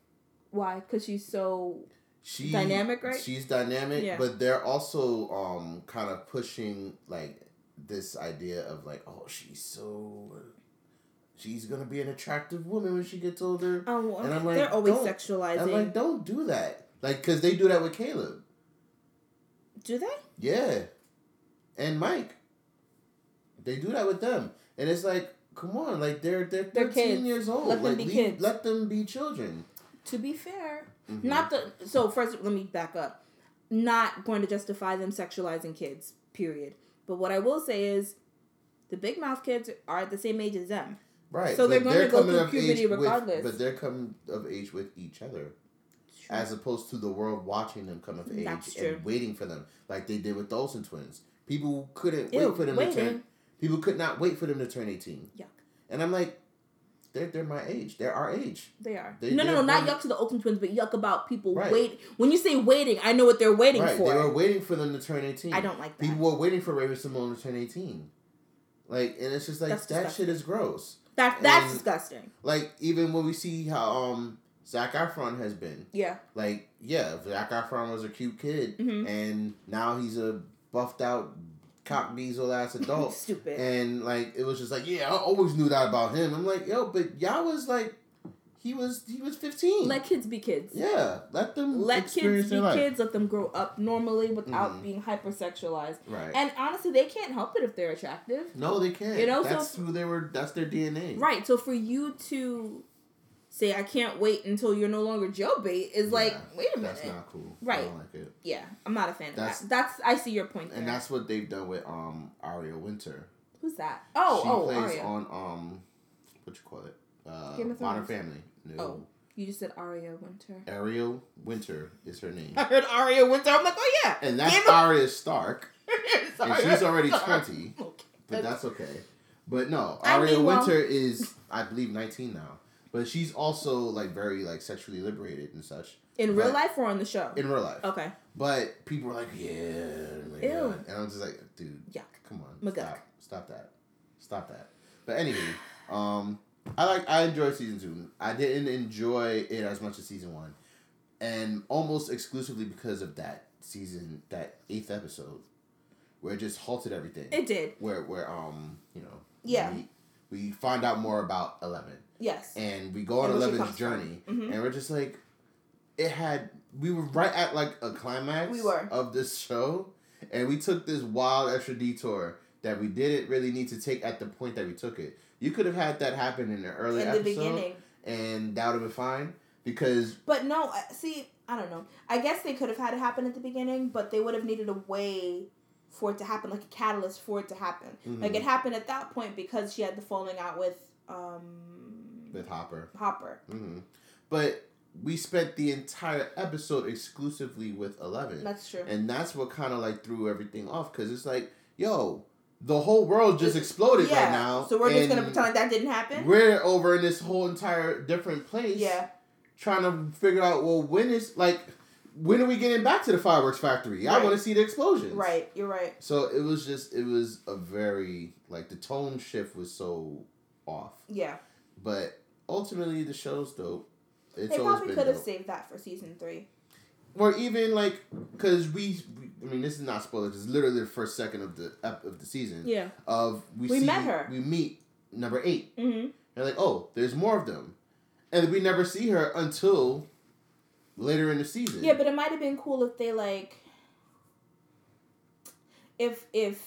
S1: Why? Because she's so
S2: She
S1: Dynamic, right?
S2: She's dynamic,
S1: Yeah.
S2: but they're also um kind of pushing like this idea of like, oh, she's so she's gonna be an attractive woman when she gets older.
S1: oh,
S2: And I'm like,
S1: they're always
S2: don't-
S1: sexualizing.
S2: I'm like, don't do that. Like, cause they do that with Caleb.
S1: Do they?
S2: Yeah. And Mike. They do that with them. And it's like, come on, like they're they're
S1: They're
S2: 13
S1: kids.
S2: years old.
S1: Let them
S2: like
S1: be
S2: leave-
S1: kids.
S2: let them be children.
S1: To be fair,
S2: Mhm.
S1: not the so first. Let me back up. Not going to justify them sexualizing kids. Period. But what I will say is, the big mouth kids are at the same age as them.
S2: Right.
S1: So
S2: but
S1: they're going to go
S2: coming
S1: through
S2: of
S1: puberty
S2: age with-
S1: regardless.
S2: but they're coming of age with each other. As opposed to the world watching them come of age
S1: That's true.
S2: and waiting for them, like they did with the Olsen twins. People couldn't
S1: Ew,
S2: wait for them to turn.
S1: waiting.
S2: People could not wait for them to turn eighteen,
S1: Yuck.
S2: and I'm like, they're they're my age. They're our age.
S1: They are.
S2: They-
S1: no, no, no,
S2: they're
S1: not
S2: born-
S1: yuck to the Oakland twins, but yuck about people
S2: Right.
S1: wait. When you say waiting, I know what they're waiting
S2: right.
S1: for.
S2: They were waiting for them to turn eighteen.
S1: I don't like that.
S2: People were waiting for Raven Simone to turn eighteen. Like, and it's just like
S1: That's
S2: that
S1: disgusting.
S2: shit is gross.
S1: that that's
S2: and-
S1: disgusting.
S2: Like, even when we see how um Zach Efron has been.
S1: Yeah.
S2: Like, yeah, Zach Efron was a cute kid
S1: Mhm.
S2: and now he's a buffed out cock diesel ass adult.
S1: Stupid.
S2: and like it was just like, yeah, I always knew that about him. I'm like, yo, but y'all was like he was he was fifteen.
S1: let kids be kids.
S2: yeah, let them
S1: Let
S2: experience
S1: kids be
S2: their life.
S1: kids. Let them grow up normally without
S2: Mhm.
S1: being hypersexualized.
S2: Right.
S1: And honestly, they can't help it if they're attractive.
S2: no, they can't.
S1: You know, so-
S2: that's who they were. That's their DNA.
S1: Right. So for you to say, I can't wait until you're no longer Joe bait is like,
S2: Yeah,
S1: wait a minute.
S2: That's not cool. I
S1: Right.
S2: don't like it.
S1: yeah, I'm not a fan
S2: That's-
S1: of that. That's, I see your point there.
S2: And that's what they've done with um Aria Winter.
S1: Who's that? Oh,
S2: she
S1: oh,
S2: plays
S1: Arya.
S2: on um what you call it? Uh
S1: Game of
S2: Modern
S1: Thrones.
S2: Family. No.
S1: Oh. You just said Aria Winter.
S2: Ariel Winter is her name.
S1: I heard Aria Winter. I'm like, oh yeah.
S2: And that's
S1: Game of-
S2: Arya Stark.
S1: Sorry,
S2: and she's already
S1: sorry.
S2: twenty.
S1: Okay.
S2: But that's okay. But no,
S1: I
S2: Aria
S1: mean, well-
S2: Winter is I believe nineteen now. But she's also like very like sexually liberated and such.
S1: in real
S2: but-
S1: life or on the show.
S2: In real life.
S1: okay.
S2: But people are like, yeah,
S1: Oh.
S2: like,
S1: Ew.
S2: yeah. and I'm just like, dude,
S1: Yuck.
S2: come on,
S1: McGuck.
S2: stop, stop that, stop that. But anyway, um, I like I enjoyed season two. I didn't enjoy it as much as season one, and almost exclusively because of that season, that eighth episode, where it just halted everything.
S1: It did.
S2: where where um you know
S1: Yeah.
S2: we, we find out more about Eleven
S1: Yes.
S2: and we go on
S1: And where she
S2: Eleven's
S1: comes from.
S2: journey,
S1: Mhm.
S2: and we're just like, it had. We were right at like a climax.
S1: We were.
S2: of this show, and we took this wild extra detour that we didn't really need to take at the point that we took it. You could have had that happen in the early
S1: in the
S2: episode,
S1: beginning.
S2: and that would have been fine because
S1: But no, uh, see, I don't know. I guess they could have had it happen at the beginning, but they would have needed a way for it to happen, like a catalyst for it to happen.
S2: mm-hmm,
S1: Like it
S2: Hmm.
S1: happened at that point because she had the falling out with um
S2: with Hopper.
S1: Hopper.
S2: hmm But we spent the entire episode exclusively with Eleven.
S1: That's true.
S2: And that's what kind of like threw everything off because it's like, yo, the whole world just exploded right now.
S1: So we're just gonna
S2: and
S1: pretend like that didn't happen.
S2: we're over in this whole entire different place.
S1: Yeah.
S2: Trying to figure out, well, when is like, when are we getting back to the fireworks factory? I
S1: Right.
S2: want to see the explosions.
S1: Right. You're right.
S2: So it was just, it was a very like the tone shift was so off,
S1: Yeah.
S2: but ultimately the show's dope. It's
S1: they
S2: always
S1: probably
S2: been
S1: could have
S2: dope.
S1: saved that for season three.
S2: or even like because we, we i mean this is not spoilers it's literally the first second of the ep- of the season
S1: Yeah.
S2: of we,
S1: We
S2: see,
S1: met her.
S2: we meet number eight
S1: Mm-hmm.
S2: and like oh there's more of them and we never see her until later in the season
S1: Yeah, but it might have been cool if they like if if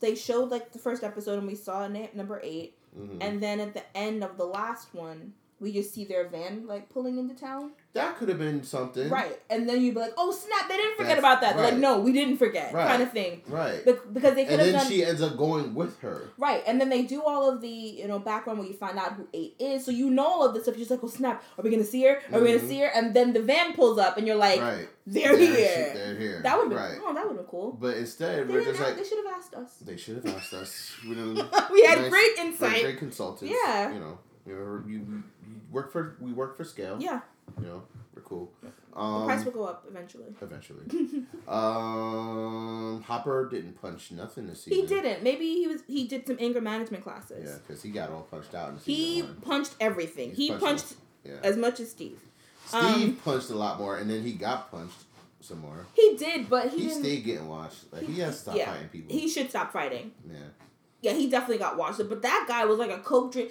S1: they showed like the first episode and we saw na- number 8
S2: Mhm.
S1: and then at the end of the last one we just see their van like pulling into town.
S2: that could have been something
S1: Right. And then you'd be like, "Oh snap, they didn't forget
S2: That's-
S1: about that." They're Like,
S2: right.
S1: "No, we didn't forget."
S2: Right.
S1: Kind of thing.
S2: right
S1: Be- because they could
S2: and
S1: have
S2: then
S1: done
S2: she ends up going with her
S1: Right, and then they do all of the you know background where you find out who eight is, so you know all of this stuff. You're just like, oh snap, are we gonna see her? Are we
S2: Mhm.
S1: gonna see her? And then the van pulls up, and you're like,
S2: right
S1: they're,
S2: There she-
S1: here.
S2: they're here
S1: That would be
S2: right
S1: oh, that would be cool.
S2: but instead
S1: They,
S2: we're
S1: didn't
S2: just
S1: ask-
S2: like
S1: they should have asked us.
S2: they should have asked us we didn't
S1: we had
S2: Nice.
S1: great
S2: We're
S1: insight.
S2: great consultants.
S1: Yeah.
S2: You know, you, you, you work for we work for scale.
S1: Yeah,
S2: You know, we're cool.
S1: The price
S2: Um,
S1: will go up eventually.
S2: eventually. um, Hopper didn't punch nothing this season.
S1: He didn't. Maybe he was. He did some anger management classes.
S2: Yeah, because he got all punched out in season
S1: He
S2: one.
S1: punched everything.
S2: He's
S1: he
S2: punched
S1: punched
S2: Yeah.
S1: as much as Steve.
S2: Steve
S1: Um,
S2: punched a lot more, and then he got punched some more.
S1: He did, but he
S2: He's
S1: didn't.
S2: still getting watched. Like he,
S1: he-
S2: has to stop
S1: yeah.
S2: fighting people.
S1: He should stop fighting.
S2: yeah,
S1: Yeah, he definitely got watched. But that guy was like a coke drink.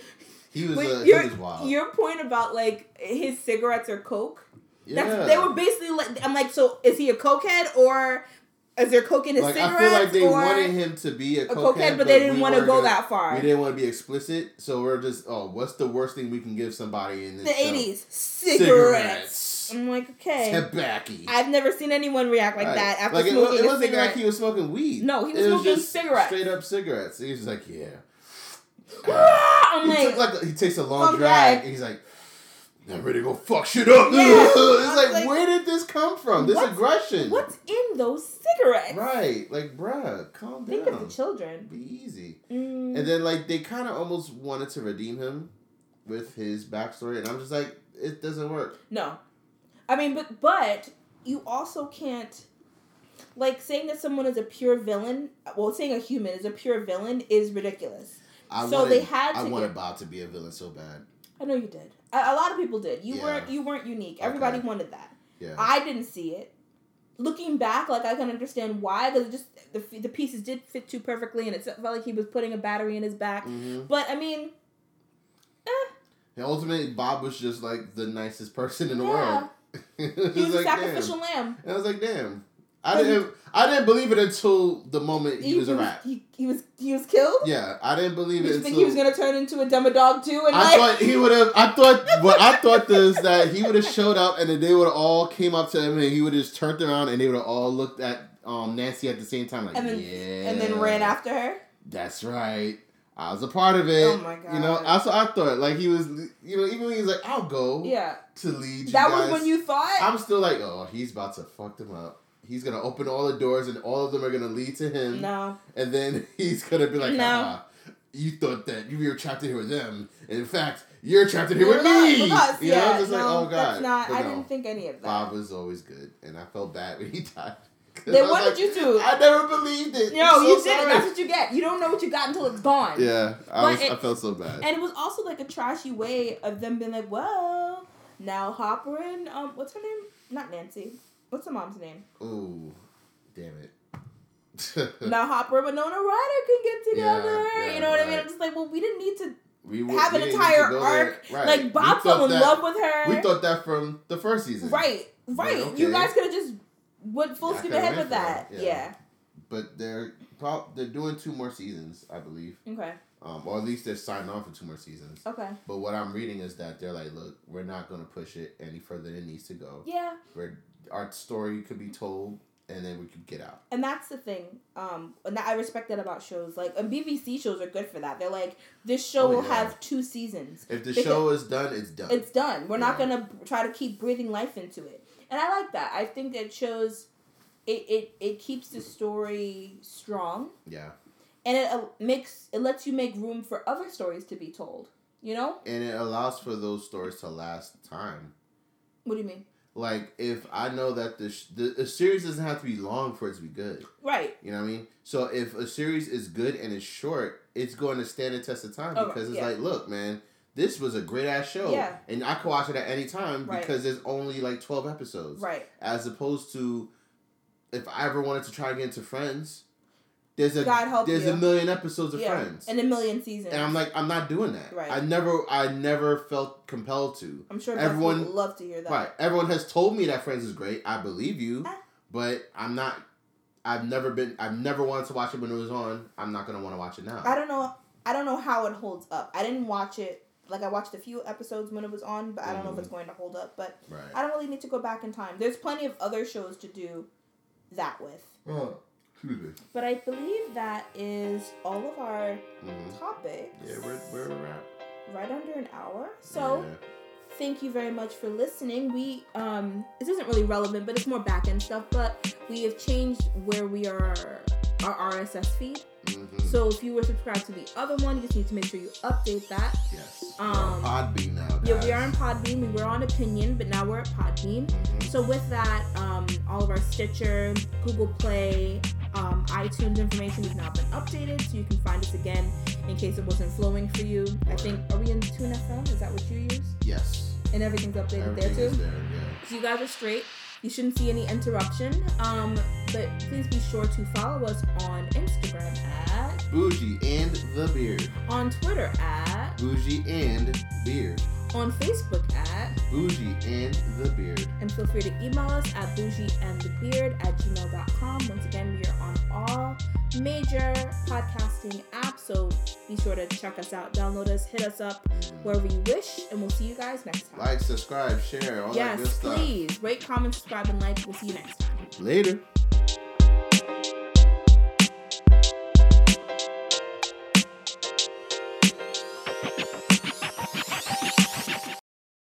S2: he was.
S1: Wait,
S2: uh,
S1: your,
S2: he was wild.
S1: your point about like his cigarettes are coke.
S2: yeah,
S1: That's, they were basically like I'm like, so is he a cokehead or is there coke in his
S2: like I
S1: cigarettes
S2: feel like they
S1: or
S2: wanted him to be a,
S1: a cokehead, but, they didn't
S2: we
S1: want to
S2: weren't
S1: go
S2: gonna-
S1: that far.
S2: We didn't want to be explicit, so we're just oh, what's the worst thing we can give somebody in this
S1: the
S2: show?
S1: 80s cigarettes. Mm,
S2: Cigarettes.
S1: I'm like, okay.
S2: Tobacco.
S1: I've never seen anyone react like
S2: Right.
S1: that after
S2: Like, it,
S1: smoking
S2: looked- it
S1: a
S2: wasn't
S1: cigarette.
S2: like he was smoking weed.
S1: No, he was
S2: It
S1: smoking
S2: just
S1: cigarettes.
S2: Straight up cigarettes. He was just like, yeah.
S1: Ah, I'm
S2: he
S1: like,
S2: took like a, he takes a long
S1: Fuck
S2: drag
S1: that.
S2: and he's like, I'm ready to go fuck shit up.
S1: Yeah.
S2: it's
S1: I'm
S2: like,
S1: like,
S2: where did this come from? This
S1: what's-
S2: aggression.
S1: what's in those cigarettes?
S2: Right. Like, bruh, calm
S1: Think
S2: down.
S1: of the children.
S2: Be easy.
S1: Mm,
S2: And then like they kind of almost wanted to redeem him with his backstory, and I'm just like, it doesn't work.
S1: no, I mean, but but you also can't like saying that someone is a pure villain. Well, saying a human is a pure villain is ridiculous.
S2: I
S1: So
S2: wanted,
S1: they had
S2: I
S1: to
S2: wanted
S1: get-
S2: Bob to be a villain so bad.
S1: I know you did. A, a lot of people did. You
S2: Yeah.
S1: weren't. You weren't unique. Everybody
S2: Okay.
S1: wanted that.
S2: Yeah.
S1: I didn't see it. Looking back, like I can understand why, because just the f- the pieces did fit too perfectly, and it felt like he was putting a battery in his back.
S2: hmm
S1: But I mean,
S2: And ultimately, Bob was just like the nicest person in the
S1: yeah,
S2: world.
S1: he was a
S2: like,
S1: sacrificial lamb.
S2: Damn. And I was like, damn. I
S1: But he-
S2: didn't. I didn't believe it until the moment he, was a rat.
S1: He, he was he was killed.
S2: Yeah, I didn't believe
S1: Did
S2: it.
S1: you
S2: until,
S1: think he was gonna turn into a dumb dog too? And
S2: I
S1: like,
S2: thought he would have. I thought what I thought is that he would have showed up, and then they would have all came up to him, and he would have just turned around, and they would have all looked at um, Nancy at the same time, like
S1: And then-
S2: yeah,
S1: and then ran after her.
S2: That's right. I was a part of it.
S1: Oh my
S2: You know,
S1: God.
S2: that's what I thought. Like he was, you know, even when he was like, "I'll go
S1: Yeah,
S2: to lead." You
S1: that
S2: guys."
S1: was when you thought.
S2: I'm still like, oh, he's about to fuck them up. He's gonna open all the doors, and all of them are gonna lead to him.
S1: no,
S2: And then he's gonna be like,
S1: No.
S2: "Haha, you thought that you were trapped in here with them. And in fact, you're trapped in here
S1: We're
S2: with
S1: not-
S2: me.
S1: with us,
S2: You know,
S1: yeah,
S2: I'm just like,
S1: no,
S2: oh god.
S1: that's not.
S2: But
S1: I
S2: no,
S1: didn't think any of that.
S2: Bob was always good, and I felt bad when he died. 'Cause I
S1: then
S2: was
S1: what
S2: like,
S1: did you do?
S2: I never believed it.
S1: no,
S2: I'm so
S1: you didn't.
S2: sorry.
S1: That's what you get. You don't know what you got until it's gone.
S2: Yeah, I,
S1: But
S2: was, I
S1: it-
S2: felt so bad.
S1: And it was also like a trashy way of them being like, well, now Hopper and um, what's her name? Not Nancy. What's the mom's name?
S2: Ooh, damn it.
S1: now Hopper and Winona Ryder can get together.
S2: Yeah, yeah,
S1: you know what I mean?
S2: right.
S1: I'm just like, well, we didn't need to
S2: we were-
S1: have
S2: we
S1: an
S2: didn't need to
S1: entire
S2: go
S1: arc.
S2: there. Right. We
S1: Like Bob
S2: thought
S1: fell in
S2: that-
S1: love with her.
S2: We thought that from the first season.
S1: right, right.
S2: Like,
S1: You
S2: okay.
S1: guys could have just went full
S2: Yeah, I
S1: speed
S2: coulda
S1: ahead
S2: went
S1: with
S2: for
S1: that.
S2: it, yeah.
S1: Yeah.
S2: But they're prob- they're doing two more seasons, I believe.
S1: Okay.
S2: Um, or at least they're signed on for two more seasons.
S1: Okay.
S2: But what I'm reading is that they're like, look, we're not going to push it any further than it needs to go.
S1: Yeah.
S2: Where our story could be told, and then we could get out.
S1: And that's the thing. Um, and that I respect that about shows. Like, and BBC shows are good for that. They're like, this show
S2: Oh,
S1: will
S2: yeah.
S1: have two seasons.
S2: If the
S1: Because-
S2: show is done, it's done.
S1: It's done. We're not
S2: Yeah.
S1: gonna try to keep breathing life into it. And I like that. I think that shows. It, it, it keeps the story strong
S2: yeah,
S1: and it uh, makes it lets you make room for other stories to be told you know
S2: and it allows for those stories to last time.
S1: what do you mean
S2: Like if I know that the sh- the a series doesn't have to be long for it to be good.
S1: right
S2: You know what I mean? So if a series is good and it's short, it's going to stand the test of time
S1: Oh,
S2: because it's
S1: yeah.
S2: like, look, man, this was a great ass show,
S1: Yeah.
S2: and I could watch it at any time
S1: Right.
S2: because there's only like twelve episodes.
S1: right
S2: as opposed to if I ever wanted to try again to Friends, there's a
S1: God help
S2: there's
S1: you.
S2: a million episodes of Friends, and,
S1: and a million seasons
S2: I'm like I'm not doing that.
S1: Right.
S2: I never I never felt compelled to.
S1: i'm sure everyone
S2: everyone-
S1: would love to hear that
S2: Right, everyone has told me that Friends is great. I believe you,
S1: Ah.
S2: but I'm not. I've never been. I've never wanted to watch it when it was on. I'm not gonna want to watch it now.
S1: I don't know. I don't know how it holds up. I didn't watch it. Like I watched a few episodes when it was on, but I don't know if it's
S2: Mm.
S1: going to hold up. But
S2: right.
S1: I don't really need to go back in time. There's plenty of other shows to do that with.
S2: Oh, excuse me.
S1: But I believe that is all of our
S2: Mhm.
S1: topics.
S2: Yeah, we're we're a wrap.
S1: right under an hour. So
S2: Yeah.
S1: thank you very much for listening. We um this isn't really relevant, but it's more back end stuff. But we have changed where we are our RSS feed.
S2: Mhm.
S1: So if you were subscribed to the other one, you just need to make sure you update that.
S2: Yes.
S1: Um,
S2: Podbean now.
S1: Yeah, we
S2: guys.
S1: are on Podbean. We were on Opinion, but now we're at Podbean.
S2: Mhm.
S1: So with that, um, all of our Stitcher, Google Play, um, iTunes information has now been updated, so you can find us again in case it wasn't flowing for you. I think are we in Tune FM? Is that what you use?
S2: Yes.
S1: And everything's updated
S2: Everything
S1: there
S2: is
S1: too.
S2: there. Yeah.
S1: So you guys are straight. You shouldn't see any interruption. Um, but please be sure to follow us on Instagram at,
S2: Bougie and the beard.
S1: on Twitter at,
S2: Bougie and beard.
S1: on Facebook at.
S2: Bougie and the beard.
S1: And feel free to email us at bougieandthebeard at gmail.com. Once again, we are on all major podcasting apps, so be sure to check us out, download us, hit us up wherever you wish, and we'll see you guys next time.
S2: Like, subscribe, share, all that good
S1: yes,
S2: stuff.
S1: please. Rate, comment, subscribe, and like. We'll see you next time.
S2: Later.